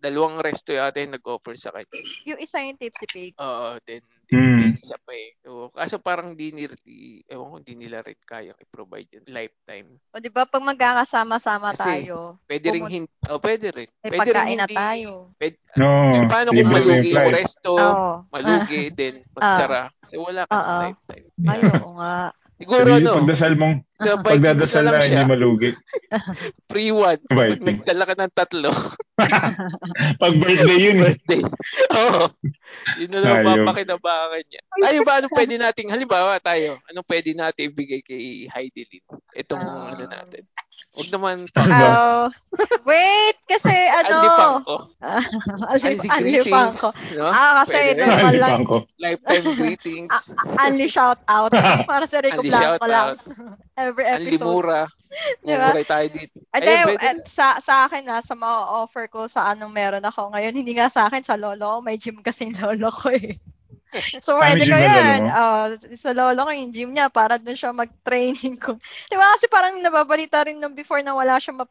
dalawang resto yata yung nag-offer sa kanya. Yung isa yung tipsy pig. Oo, then Hmm. yung isa pa eh. So, kaso parang di nila, ewan ko, di nila rin kaya i-provide yung lifetime. O di ba pag magkakasama-sama Kasi, tayo, Pwede rin, Pumun- hin- oh, pwede rin. may Pwede rin pagkain na hindi. tayo. Pwede, No, eh, paano Hmm, libre na kung yung malugi yung flight. resto, Oo. malugi, then pagsara, eh, wala kang Ah. Oo. lifetime. Ay, oo nga. Siguro Sabihin, ano, Pagdasal mong, sa Vikings na pagdadasal lang na, siya, hindi malugi. free one. Pag Vikings. nagdala ka ng tatlo, Pag birthday yun eh. birthday. Oo. Yun na lang Ayaw. papakinabangan niya. Ay, ba, anong pwede nating, halimbawa tayo, anong pwede natin ibigay kay Heidi Lin? Itong Ah. ano natin. Huwag naman Ano pa. ba? Oh, wait, kasi Andy ano, Pangko. Anli- Andy Anli Greetings. Pangko. No? Ah, kasi Pwede rin. normal Ano lang. ko? Lifetime greetings. Ah, Anli shout out. Para sa Rico Anli Blanco shout lang. out. Every Anli episode. Mura. Diba? Mumuray tayo dito. At, Ayun, eh, pwede at sa, sa akin na, sa mga offer ko sa anong meron ako ngayon, hindi nga sa akin, sa lolo ko. May gym kasi yung lolo ko eh. So, Ah, may pwede gym ko yung lolo yan. mo? Oo, sa lolo ko yung gym niya para doon siya mag-training ko. Di ba kasi parang nababalita rin nung before na wala siiyang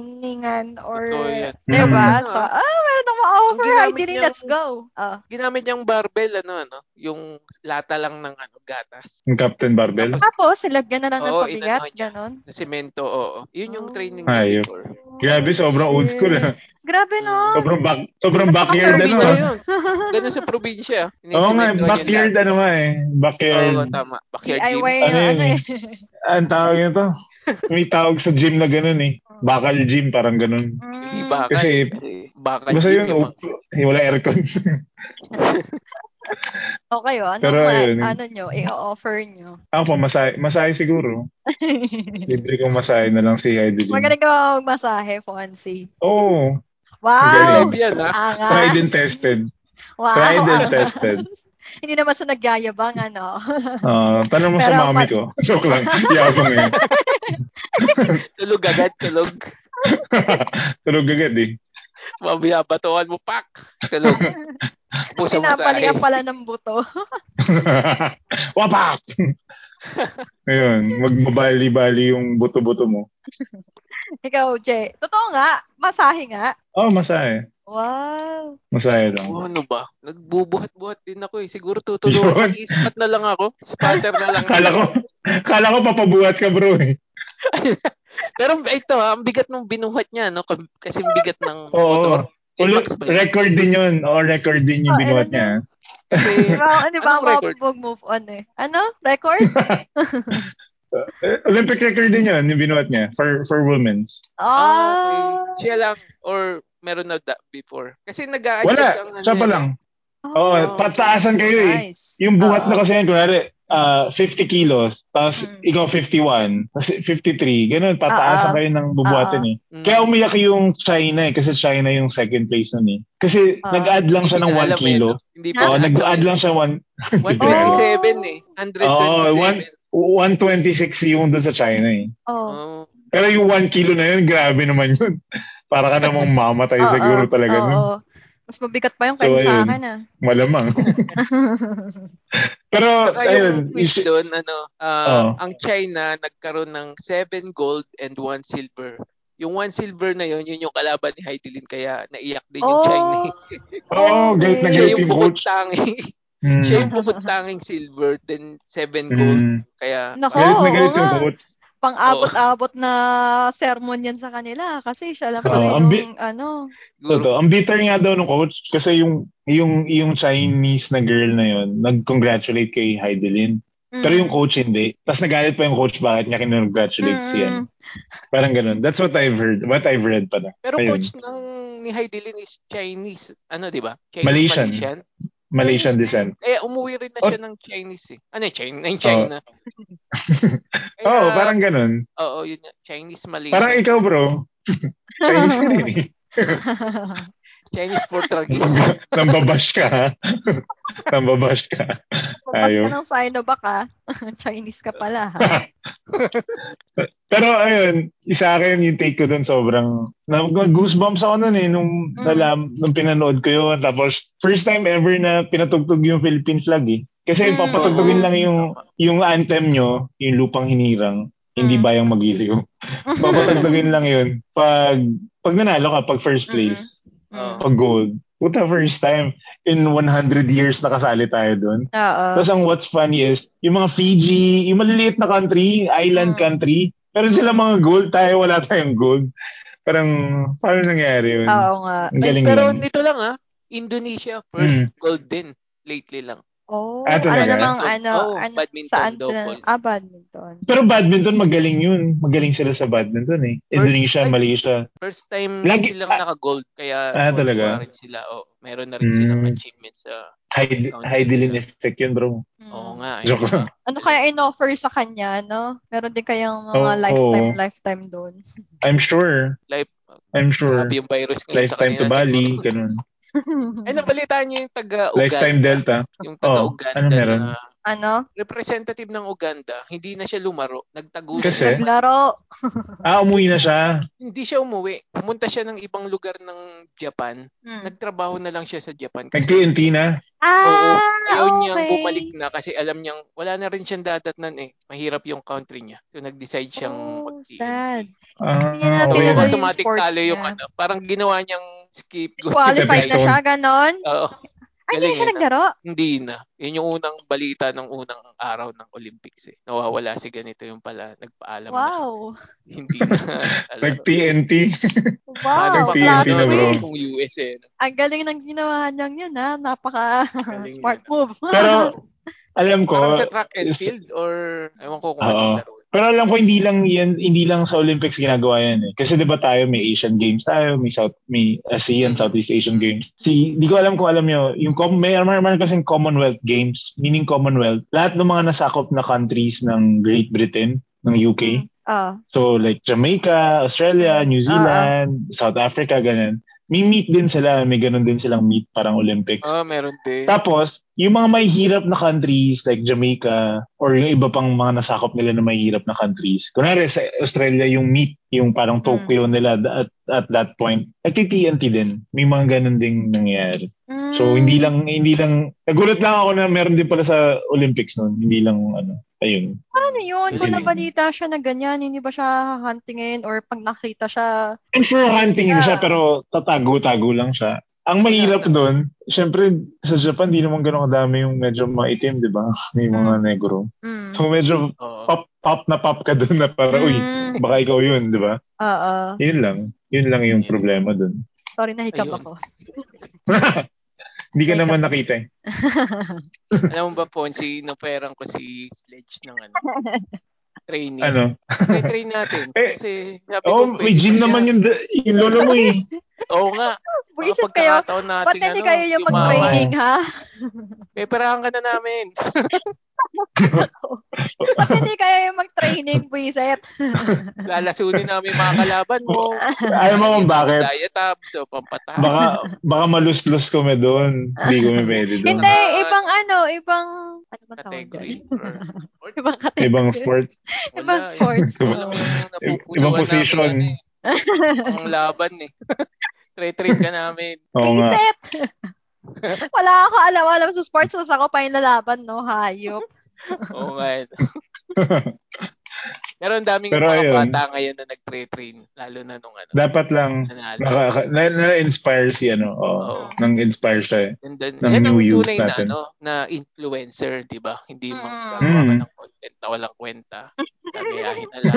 mapag-trainingan or... Totoo yan. Di ba? Mm. So, ah, meron akong offer. Ang Hi, ginamit Dili, niya- let's go. Ah, Ginamit niyang barbell, ano, ano, yung lata lang ng ano, gatas. Yung Captain Barbell? Tapos, silagyan na lang ng Oo, pabigat. inano niya. Ganon. Na semento, oo. Yun yung Oh. training niya Ayun. before. Grabe, sobrang old school. ah. Grabe no. Sobrang back, sobrang backyard ano. Probinsya ah. yun. Ganun sa probinsya. Oo nga, Sinisemento niya backyard lahat. ano nga eh. Backyard. Oo, tama. Backyard gym. DIY Ano yung yun ano eh? eh. Ang tawag nito. May tawag sa gym na ganun eh. Bakal gym, parang ganun. Hindi Mm. bakal. Kasi, Kasi- bakal Basta gym ah. yun, yung op- eh, wala aircon. O kayo, anong Pero ma- ayun. oh, ano nyo, i-offer nyo? Ako, masay, masay siguro. Libre kong masay na lang si Idolin. Magaling ka ba magmasahe, Fonzie? Oo. Wow! Live yan, ha? Angas. Tried Oh, and tested. Wow, Tried and angas. tested. Hindi naman sa nagyayabang, ano. Ah, tanong mo sa Pero mami pa- ko. Joke lang. Yabang eh. yun. Tulog agad, tulog. Tulog agad eh. Mamaya, batuan mo, pak! Tulog. Pusa mo sa Pinapalingan akin. pala ng buto. Wapak! Ayun, magbabali-bali yung buto-buto mo. Ikaw, Jay. Totoo nga. Masahe nga. Oh, masaya. Wow. Masaya lang. Oh, ano ba? Nagbubuhat-buhat din ako eh. Siguro tutulog ako. Yun. Ispat na lang ako. Spatter na lang. Kala ko, kala ko papabuhat ka bro eh. Pero ito ha, ang bigat nung binuhat niya, no? Kam- Kasi ang bigat ng Oo. motor. Ulo, Max ba yun? record din yun. Oo, record din yung Oh, ayun binuhat niya. Kasi, ah, Diba, ano ba Anong record? ang move on eh? Ano? Record? Eh, Olympic record din yun, yung binuhat niya. For for women's. Oh. ah, okay. Siya lang or meron na da- before. Kasi nag-a-adjust ang Wala, ano siya pa eh. lang. Oo, Oh, pataasan kayo eh. Nice. Yung buhat na Oo. kasi yan, kunwari, ah, 50 kilos, tapos Mm. ikaw 51, tapos 53, ganun, pataasan Oo. kayo ng bubuhatin eh. Mm. Kaya umiyak yung China eh, kasi China yung second place nun eh. Kasi Ah. nag-add lang siya ng Hindi 1 alam eh, kilo. no? Hindi pa. Oo, alam. nag-add lang siya 1, 127 eh. 127. Oo, Oh, one- 126 yung doon sa China eh. Oh. Oh. Pero yung 1 kilo na yun, grabe naman yun. Para ka namang mamatay Oo, siguro talaga oo. nun. Mas mabigat pa yung So, kaysa sa ayun. akin ah. Malamang. Pero, Saka ayun. Oh. yung quiz is- doon, ano, ah, Oo. ang China nagkaroon ng 7 gold and 1 silver. Yung 1 silver na yun, yun yung kalaban ni Heidelin kaya naiyak din yung Oh. China. Oo, Okay. galit na siya galit yung yung bukod coach. tanging, Mm. siya yung bukod tanging silver then 7 gold Mm. kaya Nako. Galit na Oo, galit oo yung nga. coach. Pang-abot-abot na sermon yan sa kanila kasi siya lang Oo, pala yung ang bi- ano. siguro Totoo. Ang bitter nga daw ng coach kasi yung yung yung Chinese na girl na yun, nag-congratulate kay Heidelin. mm. Pero yung coach hindi. Tapos nagalit pa yung coach bakit niya kinongratulate Mm. siya. Parang ganun. That's what I've heard. What I've read pa na. pero Ayun. coach ng ni Heidelin is Chinese ano di ba Chinese Malaysian. Malaysian Malaysian descent. kaya umuwi rin na Oh. siya ng Chinese eh ano eh, China ng China Kaya, Oo, oh, parang ganun. oo yun nga, Chinese Malaysian Parang ikaw bro. Chinese ka din eh. Chinese Portuguese Nang- Nambabash ka ha. Nambabash ka. Ayaw. Ayaw. ng Sinovac ah. Chinese ka pala ha. Pero ayun, isa akin yung take ko dun sobrang na- goosebumps ako nun eh nung Mm. nalam, nung pinanood ko yun tapos first time ever na pinatugtog yung Philippine flag eh. Kasi Mm. papatugtogin Oo. lang yung yung anthem nyo, yung lupang hinirang, hindi Mm. bayang magiliw. papatugtogin lang yun pag pag nanalo ka pag first place, Mm. pag gold. Puta first time in 100 years nakasali tayo dun. Oo. Tapos ang what's funny is, yung mga Fiji, yung maliliit na country, island Mm. country, pero sila mga gold, tayo wala tayong gold. Parang, paano nangyari yun? Oo nga. Ang galing pero nun. Mm. nito lang ah Indonesia first gold din lately lang Oh, Ah, ano talaga? namang ano, Oo, ano oh, badminton saan daw, sila? Paul. Ah, badminton. Pero badminton, magaling yun. Magaling sila sa badminton eh. Indonesia, ay. Malaysia. First time Lagi- silang ah. naka-gold kaya Ah, tuwa-tuwa talaga? rin sila. Oh, meron na rin Mm. silang achievement sa Hide, Country. Heidelin effect yun, bro. Mm. Oo nga. eh, Joke diba? lang. Ano kaya in-offer sa kanya, no? Meron din kayang mga Oo. lifetime, lifetime doon. I'm sure. Life I'm sure. grabe yung virus ngayon sa Lifetime to kanila. Bali, siguro. ganun. Ay nabalitaan niyo yung taga Uganda. Lifetime Delta. Yung taga Oh, Uganda ano meron? na ano? representative ng Uganda, hindi na siya lumaro, nagtago Kasi? siya. Naglaro. Ah, umuwi na siya. Hindi siya umuwi. Pumunta siya ng ibang lugar ng Japan. Mm. Nagtrabaho na lang siya sa Japan. Kasi, Nag-TNT na. Ah, ayaw niyang okay. bumalik na kasi alam niyang wala na rin siyang dadatnan eh. Mahirap yung country niya. So nag-decide siyang Oh, mag-TNT. sad. Ah, Hindi na okay. Oo, Tinalo yung automatic sports talo yung niya. ano. Parang ginawa niyang skip. go Disqualified Stepping na to the siya, stone. ganon? next. Oo, Ay, hindi Galing siya yun, ah. naglaro? hindi na. Yun yung unang balita ng unang araw ng Olympics eh. Nawawala si ganito yung pala. Nagpaalam na. Wow. Hindi na. Nag-TNT. Wow, Parang plot TNT na, bro. twist. Kung US eh. no? Ang galing ng ginawa niyang yun, ha? Napaka Galing smart yun. move. Pero, alam ko, Parang sa track and is- field or ewan ko kung Oo. anong laro. Pero alam ko hindi lang yan, hindi lang sa Olympics ginagawa yan eh. Kasi 'di ba tayo may Asian Games tayo, may South may ASEAN Mm. Southeast Asian Mm. Games. Si di ko alam kung alam niyo, yung com- may meron kasi Commonwealth Games, meaning Commonwealth. Lahat ng mga nasakop na countries ng Great Britain, ng UK. Mm. Ah. So like Jamaica, Australia, Mm. New Zealand, South Africa ganun. May meet din sila. May ganun din silang meet, parang Olympics. Ah, meron din. Tapos, yung mga may hirap na countries like Jamaica or yung iba pang mga nasakop nila na may hirap na countries. Kunwari sa Australia yung meet, yung parang Tokyo nila at, at that point. At TNT din. May mga ganun ding nangyayari. So Hmm. hindi lang hindi lang nagulat lang ako na meron din pala sa Olympics noon. Hindi lang ano, ayun. Ano yun? Kung Ayun. nabalita siya na ganyan, hindi ba siya huntingin or pag nakita siya, I'm sure hunting Yeah. siya pero tatago-tago lang siya. Ang mahirap doon, syempre sa Japan di naman ganun kadami yung medyo maitim, 'di ba? May mga negro. mm, So medyo Oo. pop pop na pop ka doon na para uy, Mm. baka ikaw 'yun, 'di ba? oo, Yun lang. Yun lang yung problema doon. sorry nahikap Ayun. ako. Hindi ka Ay, naman nakita. eh. Alam mo ba, Ponzi, naperang ko si Sledge ng ano, training. Ano? May train natin. Eh, Kasi sabi Oh, ko, may gym naman yung, yung lolo mo eh. Oo nga. Buisip Mga kayo, pagkakataon natin, ba't hindi ano, kayo yung yumaman. mag-training ha? May parahan ka na namin. Ba't hindi kayo yung mag-training, Buiset? Lalasunin namin yung mga kalaban mo. Ayaw mo kung bakit. Diet abs o pampatay. Baka, baka maluslus ko me doon. Hindi ko may pwede doon. Hindi, ibang ano, ibang, ano ba tawag dyan? Category. Or, eh. Ibang category. Ibang sport. Ibang sports. Walang Ibang napupusuan position. namin, ano eh. Ang laban eh. Tre-train ka namin. Oo nga. Buiset! Wala ako alam-alam sa sports, mas ako pa yung lalaban, no? Hayop. Oo nga. eh. Pero ang daming Pero mga ayun. bata ngayon na nag-train. Lalo na nung ano. Dapat lang Nanalo. naka, na, na-inspire si ano. Oh, Oo. Nang inspire siya eh. And then, ng yan ang new youth tunay natin. na, ano, na influencer, di ba? Hindi mga Mm. gagawa ka Mm. ng content na walang kwenta. Gagayahin na lang.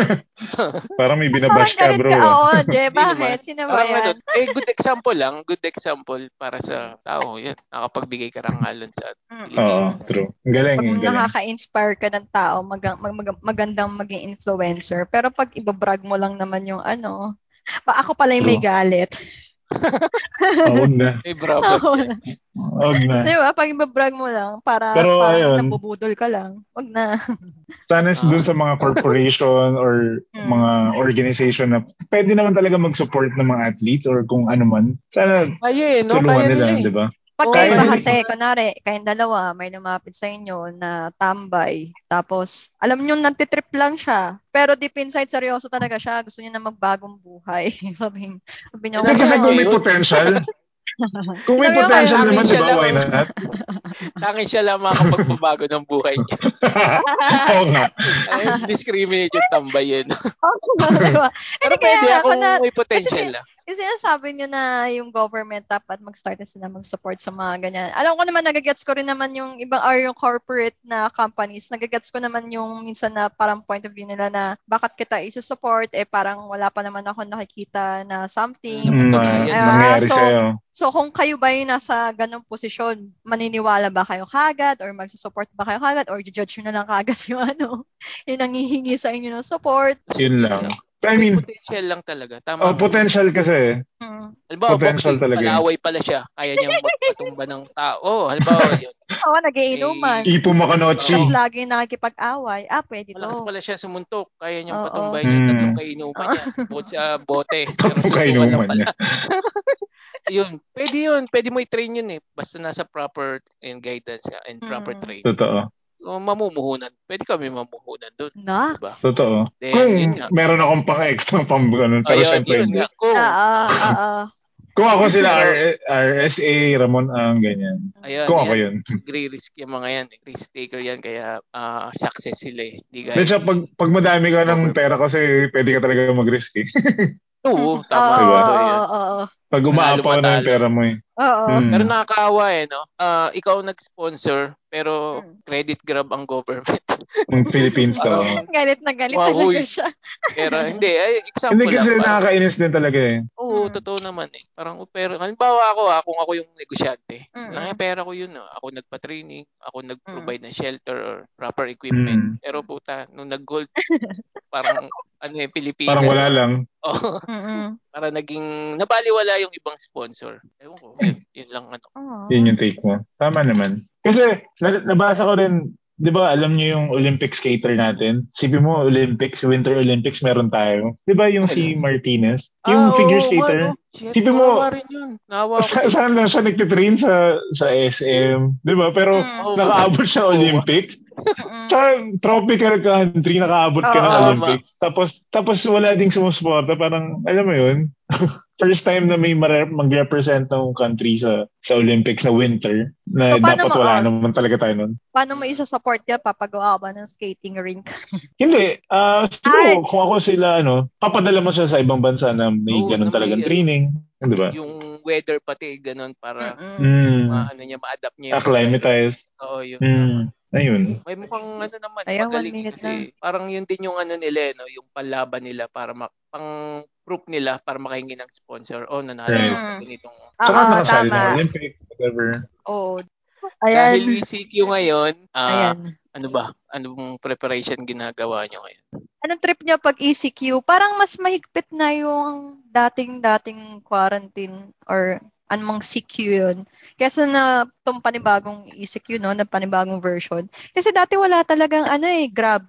Parang may Parang binabash ka galit bro. ka, oh. ah. oo, Je, Hindi naman. bakit? Sino ba Parang ano, yan? eh, good example lang. Good example para sa tao. Yan, nakapagbigay ka ng halon sa Mm. Oo, true. Ang galing, Pag ang galing. nakaka-inspire ka ng tao, maga- mag- mag- magandang maging influencer. Pero pag ibabrag mo lang naman yung ano, pa ako pala yung may galit. Oh, Huwag na. May problem. Ako lang. Huwag na. Di ba? Pag ibabrag mo lang, para, Pero parang ayun. nabubudol ka lang. Wag na. Ah. Sana dun sa mga corporation or Mm. mga organization na pwede naman talaga mag-support ng mga athletes or kung ano man. Sana Kaya eh, no? tulungan Kaya nila nila, diba? eh. di ba? Pag Oo, kayo ba kaya- kasi, kunwari, kayong dalawa, may lumapit sa inyo na tambay, tapos alam nyo nantitrip lang siya, pero deep inside, seryoso talaga siya, gusto niya na magbagong buhay. sabi, sabi niya, Kasi Nagsasabi- "Wow." kung may potential, kung may Sinabi ko potential kayo, naman, di ba, Sinabi why ko lang. not? Tangin siya lang makapagpabago ng buhay niya. Oo nga. Ay, discriminate yung tambay yun. Diba? Eh, Pero di kaya pwede nga, akong kuna- may potential ah. Yung sinasabi nyo na yung government dapat mag-start na sila mag-support sa mga ganyan. Alam ko naman, nagagets ko rin naman yung ibang or yung corporate na companies. Nagagets ko naman yung minsan na parang point of view nila na bakit kita isusupport, eh parang wala pa naman ako nakikita na something. Mm, Ayun. ah, mangyayari So, sa'yo. So kung kayo ba yung nasa ganong posisyon, maniniwala ba kayo kagad or magsusupport ba kayo kagad or judge nyo na lang kagad yung ano, yung nangihingi sa inyo ng support. Yun lang. I mean, May potential lang talaga. Tama. oh, potential kasi. Mm. Halimbawa, Potential boxing, talaga yun. palaway pala siya. Kaya niyang magpatumba ng tao. Oh, halimbawa, yun. Oo, nagiinuman. Ipo Makanochi. Tapos lagi nakikipag-away. Ah, pwede to. Malakas pala siya sumuntok. Kaya niyang Oo. patumbayin yung Hmm. tatlong kainuman niya. Bukod sa bote. Pero Tatlong suntukan lang kainuman pala. niya. yun. Pwede yun. Pwede mo i-train yun eh. Basta nasa proper and guidance ka and proper Mm. train. Totoo. O, mamumuhunan. Pwede kami mamumuhunan doon. Knock. Diba? Totoo. Then, Kung yun nga. meron akong pang extra pang ganun. Pero Ayun, syempre, yun hindi. nga. Kung, Oo, oo. Kung ako sila Pero- R- RSA, Ramon Ang, ganyan. ayun, Kung yan. ako yun. Nagre-risk yung mga yan. Risk taker yan. Kaya ah, success sila eh. Hindi Then siya, pag, pag madami ka ng pera kasi pwede ka talaga mag-risk eh. Mm-hmm. Oo, tama. Oo, Diba? oo, So, yun. oo, oo. Pag umaapaw na yung Manalo, pera mo eh. Oo. Mm. Pero nakakaawa eh, no? Ah, ikaw nag-sponsor, pero Mm. credit grab ang government. Yung Philippines to. Parang- Galit na galit Wow, talaga uy. siya. pero hindi, ay, example Hindi kasi lang. parang- nakakainis din talaga eh. Oo, Mm. totoo naman eh. Parang, oh, pero, halimbawa ako ah, kung ako yung negosyante, Mm-mm. mm pera ko yun. ah. Ako nagpa-training, ako nag-provide ng shelter or proper equipment. Mm. Pero puta, nung nag-gold, parang, ano eh, Pilipinas. Parang wala lang. Oo, Mm-mm. parang naging, nabaliwala yung ibang sponsor. Ewan ko, yun, yun lang ano. Oo. Yun yung take mo. Tama naman. Kasi na- nabasa ko rin di ba alam niyo yung Olympic skater natin? Sipin mo, Olympics, Winter Olympics, meron tayo. Di ba yung si Martinez? Yung Ah, figure oo, skater, nga, no? Shit, Sipin mo- nawa rin yun. Nawa ako. sa, saan lang siya nagtitrain sa, sa SM? Di ba? Pero Mm. Oo. nakaabot siya Hmm. Oo. Olympics. Mm-mm. Tsaka tropical country, nakaabot ka ng Oo. Olympics. Tapos, tapos wala ding sumusuporta. Parang, alam mo yun, first time na may mare- mag-represent ng country sa sa Olympics na winter So, na paano dapat mo- wala oh. naman talaga tayo nun. Paano mo isa-support yan? Papagawa ka ba ng skating rink? Hindi. ah Ay. siguro, kung ako sila, ano, papadala mo siya sa ibang bansa na may Oo, ganun na may talagang ano. training. Di ba? Yung weather pati, ganun, para Mm-mm. Mm. maano niya, ma-adapt niya. yung weather. Acclimatize. Oo, yun. Mm. Ayun. May mukhang ano naman, Ayan, one magaling minute kasi. Parang yun din yung ano nila, eh, no? yung palaban nila para mak pang proof nila para makahingi ng sponsor. Oh, nanalo Right. ako Mm. sa ganitong. Tsaka Oo, Ah, nakasali tama. ng Olympic, whatever. Oo. Dahil Ayan. ECQ ngayon, ah, Ayan. ano ba? Anong preparation ginagawa nyo ngayon? Anong trip niya pag ECQ? Parang mas mahigpit na yung dating-dating quarantine or anumang CQ yun. Kesa na itong panibagong ECQ, no? Na panibagong version. Kasi dati wala talagang ano eh, grab.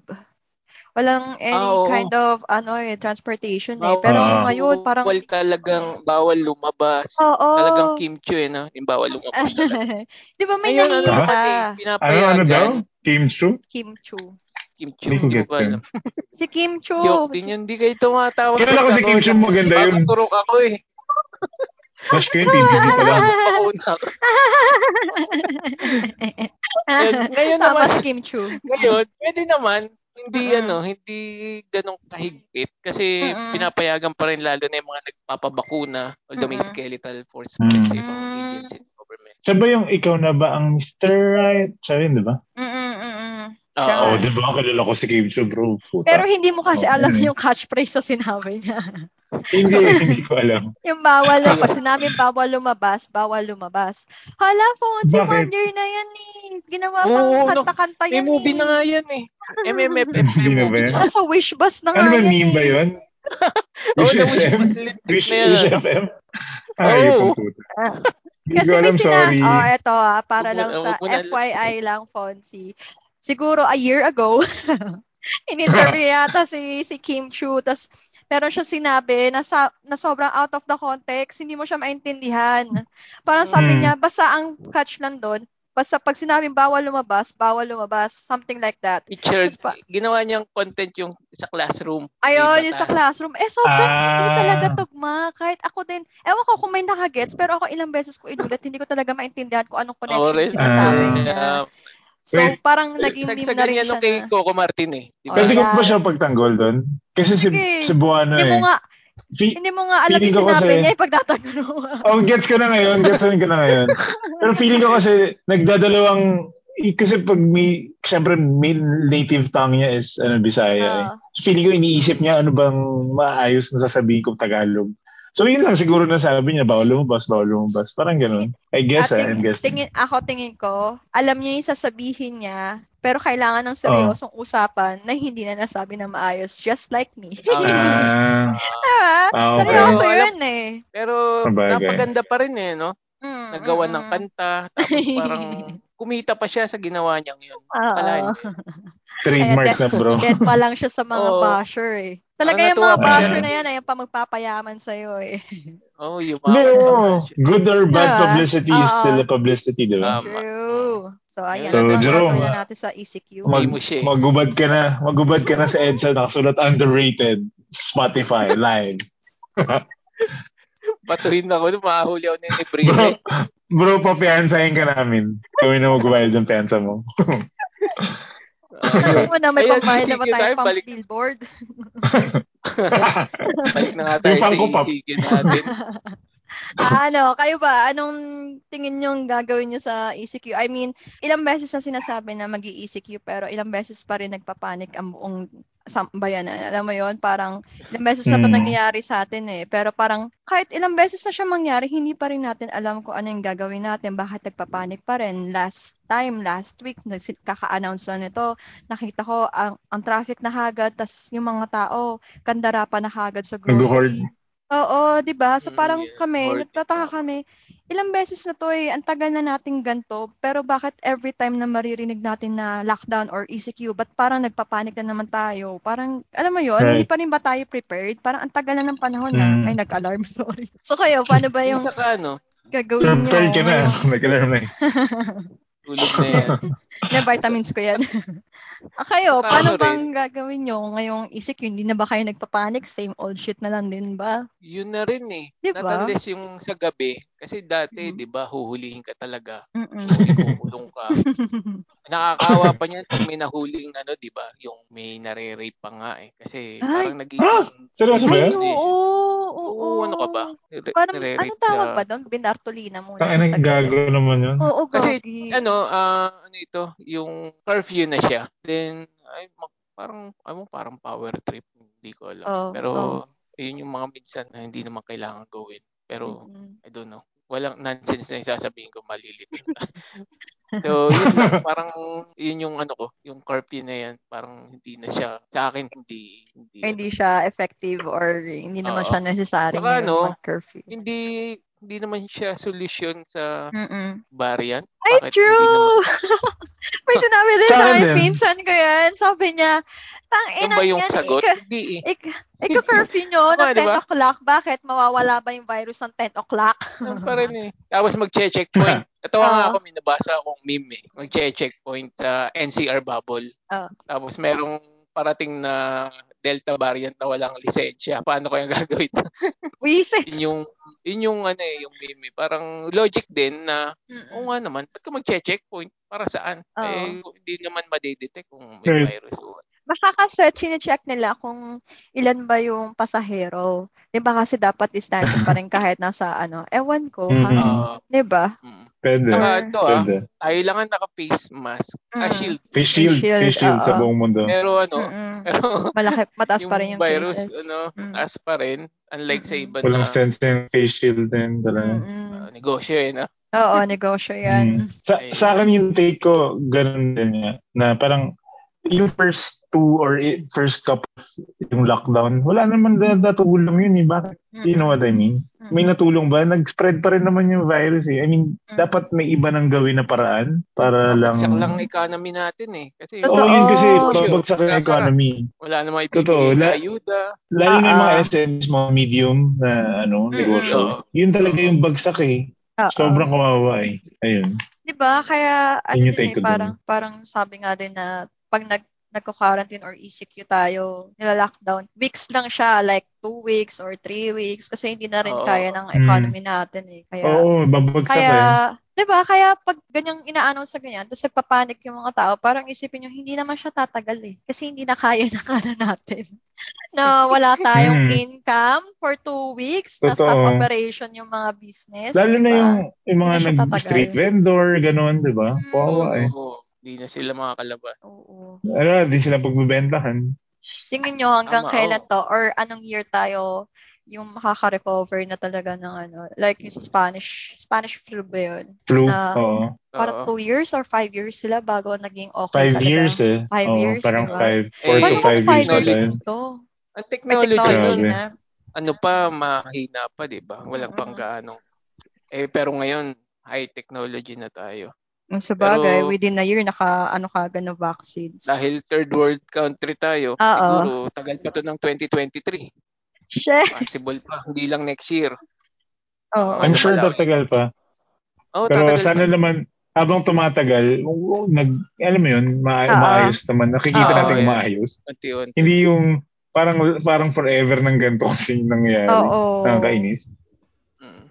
Walang any Ah, oo. kind of ano eh, transportation eh. Bawal- Pero Ah. ngayon, parang... Bawal talagang, bawal lumabas. Oo. Talagang kimchi eh, no? Yung bawal lumabas talaga. Di ba Ah, may Ngayon, ano nakita? pati, Ano, ano pinapayagan. daw? Team Chu? Kim Chu. Kim Chu, Hindi ko hindi get ko yun. alam. Si Kim Chu. Joke din yun, hindi kayo tumatawa. Kilala ko si Kim Chu, maganda yun. Pagkaturok ako eh. Bash ko yun, Team Chu pa lang. Pauna ako. Ngayon, ngayon Tama naman, si Kim Chu. ngayon, pwede naman, hindi Mm-mm. ano, hindi ganong kahigpit kasi Mm-mm. pinapayagan pa rin lalo na yung mga nagpapabakuna although may Mm-mm. skeletal force Mm. mm. sa ibang Mm. agency ng government. Siya ba yung ikaw na ba ang Mr. Right? Siya yun, di ba? Mm, Mm-mm-mm. Oo. Siya. Oo, oh, di ba? Kilala ko si Kim Chu, bro. Ah. Puta. Pero hindi mo kasi Oo, alam yun eh. yung catchphrase na sinabi niya. hindi, hindi ko alam. yung bawal lang. Pag sinabi bawal lumabas, bawal lumabas. Hala, phone, si Bakit? Wonder na yan eh. Ginawa pang Oo, no. kanta-kanta May yan movie eh. na nga yan eh. MMFF may Hindi na ba movie yan? na. Nasa wish bus na nga Ano ba, yan meme ba eh. yun? Oo, Wish na wish SM? mas legit Wish, na yan. Wish FM? Ay, Oo. puta. Hindi Ah. Kasi ko may alam, sina... sorry. Oh, eto ah, para Huwag mo lang na- sa huwag mo na- FYI lang, Fonzie. Siguro a year ago, in-interview yata si, si Kim Chu, tas meron siya sinabi na, sa, na sobrang out of the context, hindi mo siya maintindihan. Parang sabi Mm. niya, basta ang catch lang doon, basta pag sinabing bawal lumabas, bawal lumabas, something like that. Richard, Tapos pa- ginawa niyang content yung sa classroom. Ayun, May yung sa batas. classroom. Eh, sobrang hindi Ah. talaga tugma. Kahit ako din, ewan ko kung may nakagets, pero ako ilang beses ko inulit, hindi ko talaga maintindihan kung anong Oo, connection rin. yung sinasabi Ah. niya. Ah, So, Wait. parang naging meme na Sagsagan rin niya siya nung kay na. Coco Martin eh. Di ba? Pwede ko Ayan. ba siya pagtanggol doon? Kasi si, Sige. si Buano Hindi mo eh. nga, Fi- hindi mo nga alam Feeling yung ko kasi- sinabi niya, ipagtatanggol mo. oh, gets ko na ngayon. Gets ko na ngayon. Pero feeling ko kasi nagdadalawang eh, kasi pag may, syempre main native tongue niya is ano, Bisaya eh. Oo. So feeling ko iniisip niya ano bang maayos na sasabihin kong Tagalog. So yun lang siguro na sabi niya, bawal lumabas, bawal lumabas. Parang ganun. I guess, At ah, I'm ting- guessing. tingin, ako tingin ko, alam niya yung sasabihin niya, pero kailangan ng seryosong Oh. usapan na hindi na nasabi na maayos, just like me. Ah, Ah, Diba? ah, okay. Seryoso Alam- yun eh. Pero Sabagay. napaganda pa rin eh, no? Mm, Nagawa mm, ng mm. kanta, tapos parang kumita pa siya sa ginawa niyang yun. Oo. Akalain ko yun. Ayan, Trademark na bro. Dead pa lang siya sa mga Oo. basher eh. Talaga Ah, yung natuwa mga pa basher siya. na yan, ayan pa magpapayaman sa'yo eh. Oh, yung Hindi, mga oo. Good or Diba? bad publicity is Oo. still a publicity, diba? di Ah, ba? Tama. True. So, ayan. So, ano ang Jerome, gagawin ah, natin sa E ECQ? Mag, mo siya eh. magubad ka na. Magubad ka na sa EDSA. Nakasulat underrated. Spotify, live. Patuhin ako, nung mahuli ako na yun ni Brie. Bro, bro, papiansahin ka namin. Kami na magbayad ng piansa mo. Oh, Alam yun. mo na, may Ayan, pambayad na ba ECQ tayo tayo, pang balik. billboard? Balik na nga tayo Yung sa Funko Pop. ECQ natin. Ah, ano, kayo ba? Anong tingin nyo gagawin nyo sa ECQ? I mean, ilang beses na sinasabi na mag ecq pero ilang beses pa rin nagpapanik ang buong sambayanan. Alam mo yon parang ilang beses na ito Mm. nangyayari sa atin eh. Pero parang kahit ilang beses na siya mangyari, hindi pa rin natin alam kung ano yung gagawin natin. Bakit nagpapanik pa rin? Last time, last week, nagsi- kaka-announce na nito, nakita ko ang, ang traffic na hagad, tas yung mga tao, kandara pa na hagad sa Nag-hoard. grocery. Oo, 'di ba? So Mm, parang yeah, kami, hoarding nagtataka tama. kami, ilang beses na to eh, ang tagal na nating ganto, pero bakit every time na maririnig natin na lockdown or ECQ, ba't parang nagpapanik na naman tayo? Parang, alam mo yun, Right. hindi pa rin ba tayo prepared? Parang ang tagal na ng panahon na, Mm. ay, nag-alarm, sorry. So kayo, paano ba Yung yung saka ano, gagawin nyo? Prepared Mm, ka na. ngayon? Nag-alarm na eh. tulog na yan. na vitamins ko yan. Ah, kayo, Tama paano rin. bang gagawin nyo ngayong ECQ? Hindi na ba kayo nagpapanik? Same old shit na lang din ba? Yun na rin eh. Di Not ba? unless yung sa gabi. Kasi dati, Mhm. di ba, huhulihin ka talaga. Mm-mm. Kukulong ka. Nakakawa pa niyan pag may nahuling ano, di ba? Yung may nare-rape pa nga eh. Kasi Ay. parang Ah! nagiging... Seryoso ba Ay, yan? oo, oo, Oo, ano ka ba? Nire- Parang, nire-rape ano tawag sa- ba doon? Binartolina muna Ang siya sa gabi. gago naman yun. Oo, Kasi, gagi. Ano, ah, ano ito? Yung curfew na siya. Then, ay, ma- parang, ay mo, parang power trip. Hindi ko alam. Oo, Pero, oo. yun yung mga minsan na hindi naman kailangan gawin. Pero, Mm-mm. I don't know. Walang nonsense na yung sasabihin ko, malilito. so, yun lang, parang, yun yung ano ko, yung curfew na yan, parang hindi na siya, sa akin, hindi, hindi, ano, Hindi siya effective or hindi naman Oo. siya necessary Saka ano, ngayong mag-curfew. hindi, hindi naman siya solution sa Mm-mm. variant. Ay, Bakit hindi true! May sinabi rin Sa sa akin akin, din. pinsan ko yan. Sabi niya, tang Yun ina ba yung niyan, sagot? ika- Ano Hindi eh. ik- Ika-curfew nyo Oo, ng 10 di ba? o'clock. Bakit? Mawawala ba yung virus ng 10 o'clock? Ano pa rin eh. Tapos mag-checkpoint. Natawa nga Oo. ako, may nabasa akong meme eh. Mag-checkpoint sa NCR bubble. Oo. Tapos merong parating na Delta variant na walang lisensya. Paano kaya gagawin? Wisit. yun yung, yun yung ano eh, yung meme. eh. Parang logic din na, oo Mm-mm. nga naman, ba't ka mag-checkpoint? Para saan? Oo. Eh, hindi naman madidetect kung may Right. virus o ano. what. Baka kasi check nila kung ilan ba yung pasahero. 'Di ba kasi dapat distancing pa rin kahit nasa ano, ewan ko ha. Mhm. Ah, 'Di ba? mm. Pwede. Or- Saka ito ah, Pwede. tayo lang ang naka-face mask. Ah, Mm. shield. Face shield. shield, Face shield sa oo. buong mundo. Pero ano, Mm-mm. pero Mm-hmm. Malaki mataas yung pa rin yung virus, cases. ano, Mm. taas pa rin. Unlike sa Mm-mm. iba Walang na sense yung face shield din talaga. Mm-mm. ah, negosyo, eh, na. Mm-hmm. Oo, negosyo 'yan. Mm. Sa, Ayun. sa akin yung take ko, ganun din niya. Na parang, yung first two or i- first couple of yung lockdown, wala naman na natulong yun eh. Bakit? Mm-hmm. You know what I mean? Mm-mm. May natulong ba? Nag-spread pa rin naman yung virus eh. I mean, Mm. dapat may iba nang gawin na paraan para lang... Babagsak lang ang economy natin eh. Oo, Kasi Totoo. yun kasi Totoo. babagsak ang Sasara. economy. wala na Totoo, maibibigay na la- ayuda. Lalo na yung mga Oo. SMEs, mga medium na ano, Ah, Mm-mm. Ah. negosyo. Oo. Yun talaga yung bagsak eh. Oo. Sobrang kawawa eh. Ayun. 'Di ba? Kaya ano Yun yung din eh take ko dun. parang parang sabi nga din na pag nag nagko-quarantine or ECQ tayo, nila-lockdown, weeks lang siya, like two weeks or three weeks kasi hindi na rin Oo. kaya ng economy natin eh. Kaya Mm-hmm. Oo, babagsak kaya, eh. 'di ba? Kaya pag ganyang inaano sa ganyan, tapos nagpapanik yung mga tao, parang isipin nyo, hindi naman siya tatagal eh. Kasi hindi na kaya ng ano natin. na wala tayong Mm. income for two weeks, na Totoo. stop operation yung mga business, diba? Lalo di na ba? yung, yung mga Hindi na siya tatagal. nag-street vendor, ganun, di ba? Mm. Oo, Kawawa eh. oo. Hindi na sila makakalabas. Oo. Ano, di sila pagbebentahan. Tingin nyo hanggang Tama, oh. kailan oo. to or anong year tayo yung makaka-recover na talaga ng ano, like yung sa Spanish, Spanish flu ba yun? Flu, Na oo. parang Oo. two years or five years sila bago naging okay Five talaga. years eh. Five Oo, years, parang diba? five, four Paano to Eh, kung five years five na years tayo. dito? Ang May technology technology nun, Grabe. na. ano pa, mahina pa, di ba? Walang Mm-mm. pang gaano. Eh, pero ngayon, high technology na tayo. Yung sa bagay, Pero- within a year, naka, ano ka agad na vaccines. Dahil third world country Oo. tayo, siguro tagal pa to ng 2023. Shit! Possible pa, hindi lang next year. Oo. I'm Ano sure malawi? tatagal pa. Oh, Pero tatagal sana pa. naman, habang tumatagal, oo, nag, alam mo yun, ma- Oo. maayos naman. Nakikita Oo, natin yeah. maayos. Unti-unti. Hindi yung parang parang forever ng ganito kasi yung nangyayari. Oo. Nakakainis. Mm.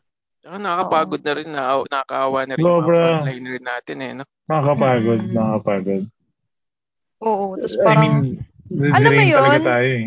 Saka nakakapagod na rin, na, nakakaawa na rin yung mga Sobra. frontliner natin eh. No? Nakakapagod, Mm-mm. nakakapagod. Oo. Mm. Tapos I parang, mean, Alam mo nadidrain talaga yun? tayo eh.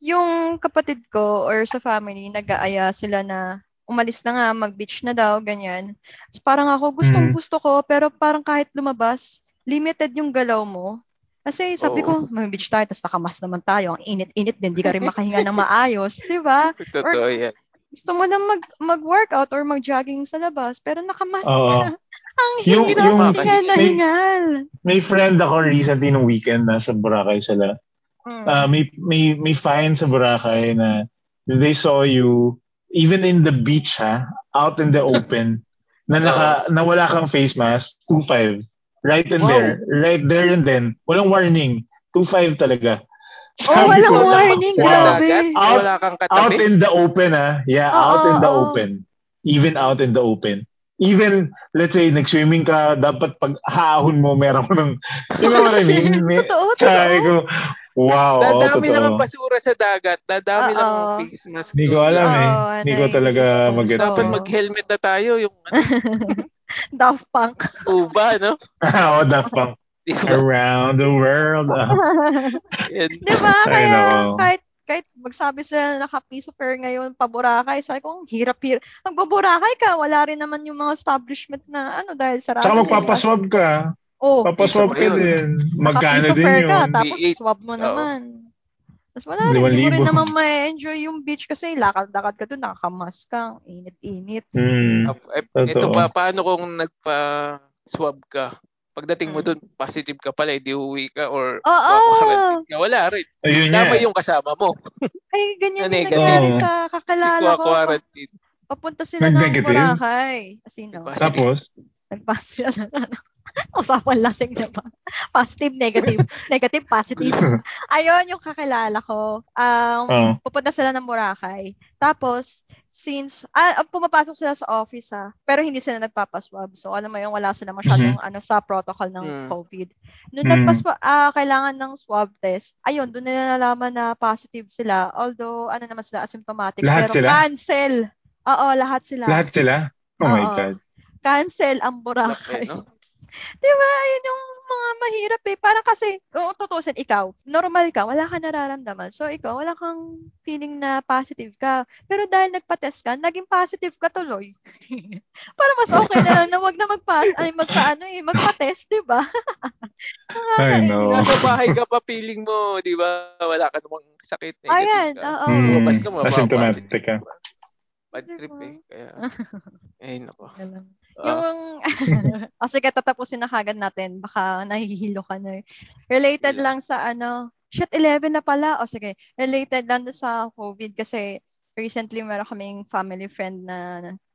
yung kapatid ko or sa family, nag-aaya sila na umalis na nga, mag-beach na daw, ganyan. Tapos parang ako, gustong Mm. gusto ko, pero parang kahit lumabas, limited yung galaw mo. Kasi sabi ko, Oo. mag-beach tayo, tapos nakamas naman tayo. Ang init-init din, di ka rin makahinga ng maayos, di ba? Or Totoo yan. gusto mo na mag, mag-workout or mag-jogging sa labas, pero nakamask Oo. ka. Ang Yung- hirap, yung- hindi ka may- nahingal. May friend ako recently nung weekend nasa Boracay sila. Mm. Ah, may, may, may fine sa Boracay na they saw you even in the beach ha, out in the open. na, naka, na wala kang face mask, 2.5. Right and Wow. there. Right there and then. Walang warning. 2.5 talaga. Oh, Sabi walang ko, warning. wow. Grabe. Dagat, Out- wala kang Out katabi. in the open, ah. Yeah, Oo, out in the oo. open. Even out in the open. Even, let's say, nag-swimming ka, dapat pag haahon mo, meron ko ng, you know what I mean? May- Totoo, Sabi totoo. ko, wow, oo, Dadami lang ang totoo. basura sa dagat. Oo. Dadami lang ang face mask. Hindi ko alam eh. Oo, Hindi ko talaga naiisip ko. magets Dapat eh. mag-helmet na tayo. Yung ano, Daft Punk. tuba, no? Oo, Daft Punk. Di ba? Around the world. Ah. Yan. Di ba? Ay, Kaya nako. kahit kahit magsabi sila na naka-piso fair ngayon, paborakay. Sabi ko, ang hirap-hirap. Magboborakay ka, wala rin naman yung mga establishment na ano dahil sarado. Tsaka di ba? magpapaswab ka. Oo, Papaswab Isa ka pa yun. din. Magkano naka-piso din fair yun. ka, tapos Eight. swab mo Oo. naman. Tapos wala rin, Limang hindi mo rin libo. naman ma-enjoy yung beach kasi lakad-lakad ka doon, nakakamask ka, ang init-init. Hmm. Eh, Ito Totoo. pa, paano kung nagpa-swab ka? Pagdating mo Mm. dun, positive ka pala, hindi uwi ka or Oo! quarantine ka. Wala rin. Ayun nga. Tama yung kasama mo. Ay, ganyan Ano yung eh, nangyari ganun. sa kakilala ko. quarantine. Papunta sila ng Nag-negative? Boracay. Sino? Diba? Tapos, Nag-pass sila ng ano. Usapan lasing na ba? Positive, negative. negative, positive. Ayun yung kakilala ko. Um, oh. pupunta sila ng Boracay. Tapos, since, ah, pumapasok sila sa office ah, pero hindi sila nagpapaswab. So, alam mo yung wala sila masyadong ano sa protocol ng Mm. COVID. Mm-hmm. Nung Mm. nagpaswa, ah, kailangan ng swab test, ayun, doon nila nalaman na positive sila. Although, ano naman sila, asymptomatic. Lahat pero sila? cancel. Oo, lahat sila. lahat sila? Oh my Oo. God. Cancel ang Laki, Boracay. no? Di ba? Yun yung mga mahirap eh. Parang kasi, kung tutusin, ikaw, normal ka, wala ka nararamdaman. So, ikaw, wala kang feeling na positive ka. Pero dahil nagpa-test ka, naging positive ka tuloy. Para mas okay na lang na wag na magpa ay, magpaano eh, magpa-test, di ba? I know. Nakakainis. Nasa bahay ka pa, feeling mo, di ba? Wala ka namang sakit. Negative Ayan, ka. oo. Mm. Lumabas ka, mababa. Asymptomatic ka. Bad trip Diba? eh. Kaya, eh, nako. Alam. Ah, Yung, o sige, tatapusin na kagad natin. Baka nahihilo ka na. eh. Related Yeah. lang sa ano, shit, 11 na pala. O sige, related lang doon sa COVID kasi recently meron kaming family friend na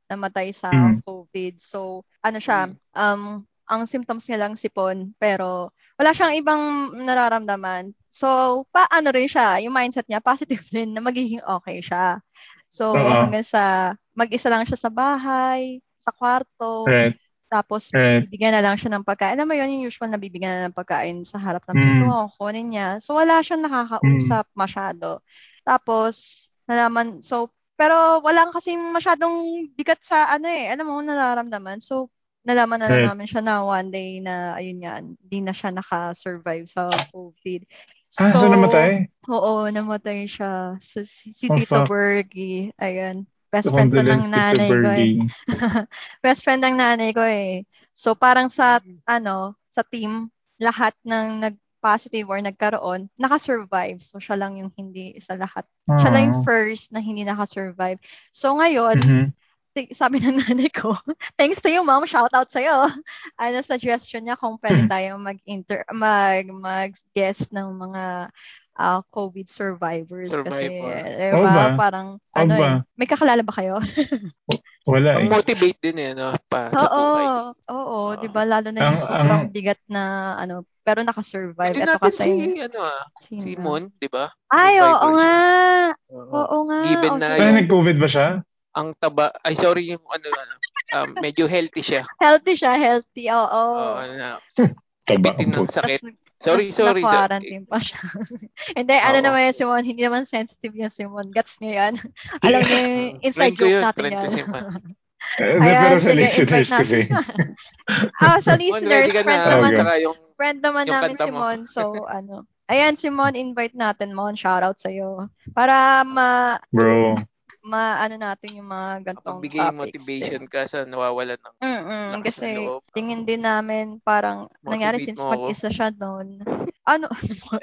namatay sa Mm. COVID. So, ano siya, Mm. um, ang symptoms niya lang sipon, pero wala siyang ibang nararamdaman. So, paano rin siya, yung mindset niya, positive din na magiging okay siya. So, Oo. hanggang sa mag-isa lang siya sa bahay, sa kwarto, Right. tapos Right. bibigyan na lang siya ng pagkain. Alam mo yun, yung usual na bibigyan na ng pagkain sa harap ng Mm. pinto, kunin niya. So, wala siyang nakakausap masyado. Tapos, nalaman, so, pero wala kasing masyadong bigat sa ano eh, alam mo, nararamdaman. So, nalaman na lang Right. namin siya na one day na, ayun nga, hindi na siya naka-survive sa COVID. Ah, so, namatay? Oo, namatay siya. So, si, si Oh, Tito fuck. Bergie, ayan. Best So, friend pa ng condolence to nanay ko eh. Bergie. Best friend ng nanay ko eh. So parang sa ano, sa team, lahat ng nag-positive or nagkaroon, nakasurvive. So siya lang yung hindi sa lahat. Siya lang Ah. yung Oh. first na hindi nakasurvive. So ngayon, Mhm. ti- sabi ng nanay ko, thanks to you mom, shout out sa'yo. Ano suggestion niya kung pwede Hmm. tayo mag-inter, mag, mag-guest ng mga ah, COVID survivors. Kasi, Survivor. eh, Oo Oh, ba, ba? parang, Oo ano ba? eh, may kakilala ba kayo? Wala eh. Pang-motivate Ah, din eh, no? Pa, sa Oo, buhay. oo, Oo. 'di ba lalo na yung Ang- sobrang ang- bigat na ano, pero naka-survive. Hindi Ito natin si, kasi ano ah, si sino? Mon, di ba? Ay, oo Survivor siya. nga. Oo. Oo nga. Given O, na sige. Ay, nag-COVID ba siya? Ang taba, ay sorry, yung ano, ano, um, medyo healthy siya. Healthy siya, healthy. Oo. Oo, ano na, Taba ang bitin ng puto. sakit. Tapos Sorry, sorry. na-quarantine pa siya. Hindi, ano Oo. naman yan, Simon. Hindi naman sensitive yan, Simon. Gets niya yan. Alam niya yung inside Mm. Friend ko joke yun, natin friend ko yan. si Mon. Eh, Ayan, pero sa sige, listeners invite na. kasi. Ah, sa Mon, ready listeners, ka friend Ano, na. naman Okay. Saka yung, friend naman Yung namin kanta si mo. Mon. So, ano. Ayan, si Mon, invite natin, Mon. Shoutout sa'yo. Para ma, Bro. ma, ano natin yung mga gantong pagbigay topics. motivation ka sa nawawalan ng Mm lakas ng kasi loob. tingin din namin parang nangyari since Motivate mo ako. mag-isa siya noon. Ano,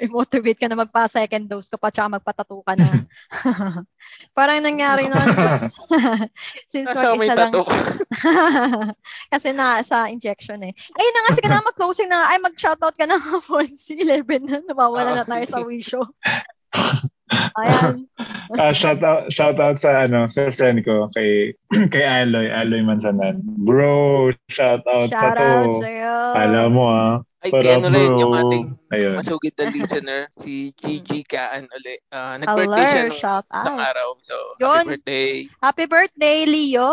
i-motivate ka na magpa-second dose ka pa tsaka magpa-tattoo ka na. parang nangyari noon since Kasama mag-isa yung lang tato ko. Kasi na sa injection eh. Ayun na nga, sige na, mag-closing na. nga. Ay, mag-shoutout ka na nga, Fonzie. 11 na, nawawala na tayo sa Okay. wisho. Ayan. Ah, shout out shout out sa ano, sa friend ko kay kay Aloy, Aloy Mansanan. Bro, shout out pa Shout to. out sa'yo. Alam mo ah. Ay, Pero, ano rin yung bro, ating ayun. masugid na listener, si Gigi Kaan uli. Ah, nag-birthday siya Alert, nung shout isang out. araw. So, Yun. happy birthday. Happy birthday, Leo.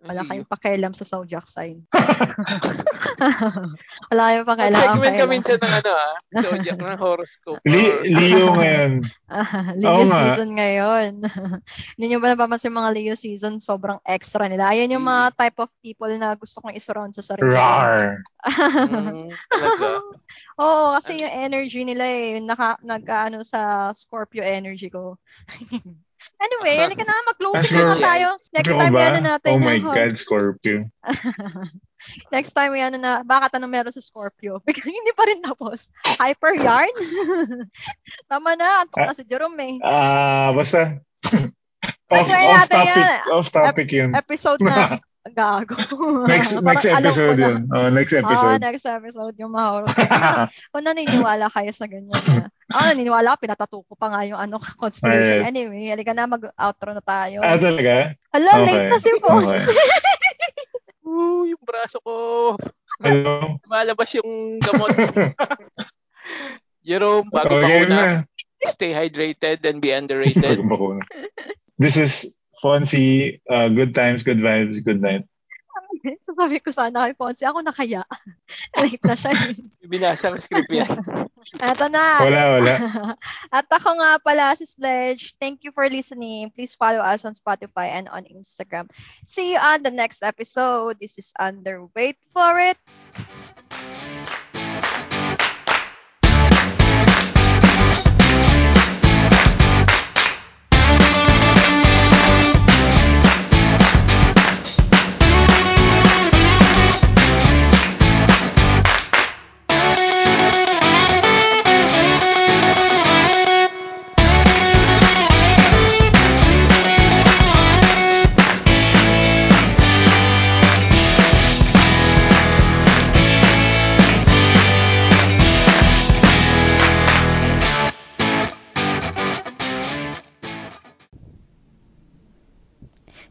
Wala Hindi kayong pakialam sa zodiac sign. Wala kayong pakialam. Ang Segment ka pakialam. minsan ng ano ah, zodiac ng horoscope. Li- or- Leo ngayon. Ah, Leo Oo nga. season ngayon. Hindi nyo ba napapansin yung mga Leo season? Sobrang extra nila. Ayan yung mga type of people na gusto kong isurround sa sarili. ko. Rar. Mm, talaga. Oo, kasi yung energy nila eh, yung naka, nag-ano sa Scorpio energy ko. anyway, halika na, mag-closing na As for- nga tayo. Next Ano time, ba? ano natin. Oh my yung- God, Scorpio. Next time, ano na, bakit anong meron sa Scorpio? Biglang hindi pa rin tapos. Hyper yarn? Tama na, antok na si Jerome eh. Ah, basta. off, try off natin topic. yan. Off topic yun. Episode na gago. next Parang next alam ko episode na. yun. Oh, next Ah, episode. next episode yung mahoro. Kung naniniwala kayo sa ganyan na. Ako naniniwala, ko, pinatato ko pa nga yung ano, constellation. Alright. Anyway, halika na, mag-outro na tayo. ah, talaga? Hala, late okay. na si Boss. Ooh, yung braso ko. Hello? Malabas yung gamot. Jerome, bago pa okay una, na. stay hydrated and be Bago underrated. makuna. This is Fonzie. Uh, good times, good vibes, good night. Sasabi ko sana kay Ponce, ako nakaya. late na siya. eh. Binasa ang script yan. Eto na. Wala, wala. At ako nga pala si Sledge. Thank you for listening. Please follow us on Spotify and on Instagram. See you on the next episode. This is Under. Wait for it.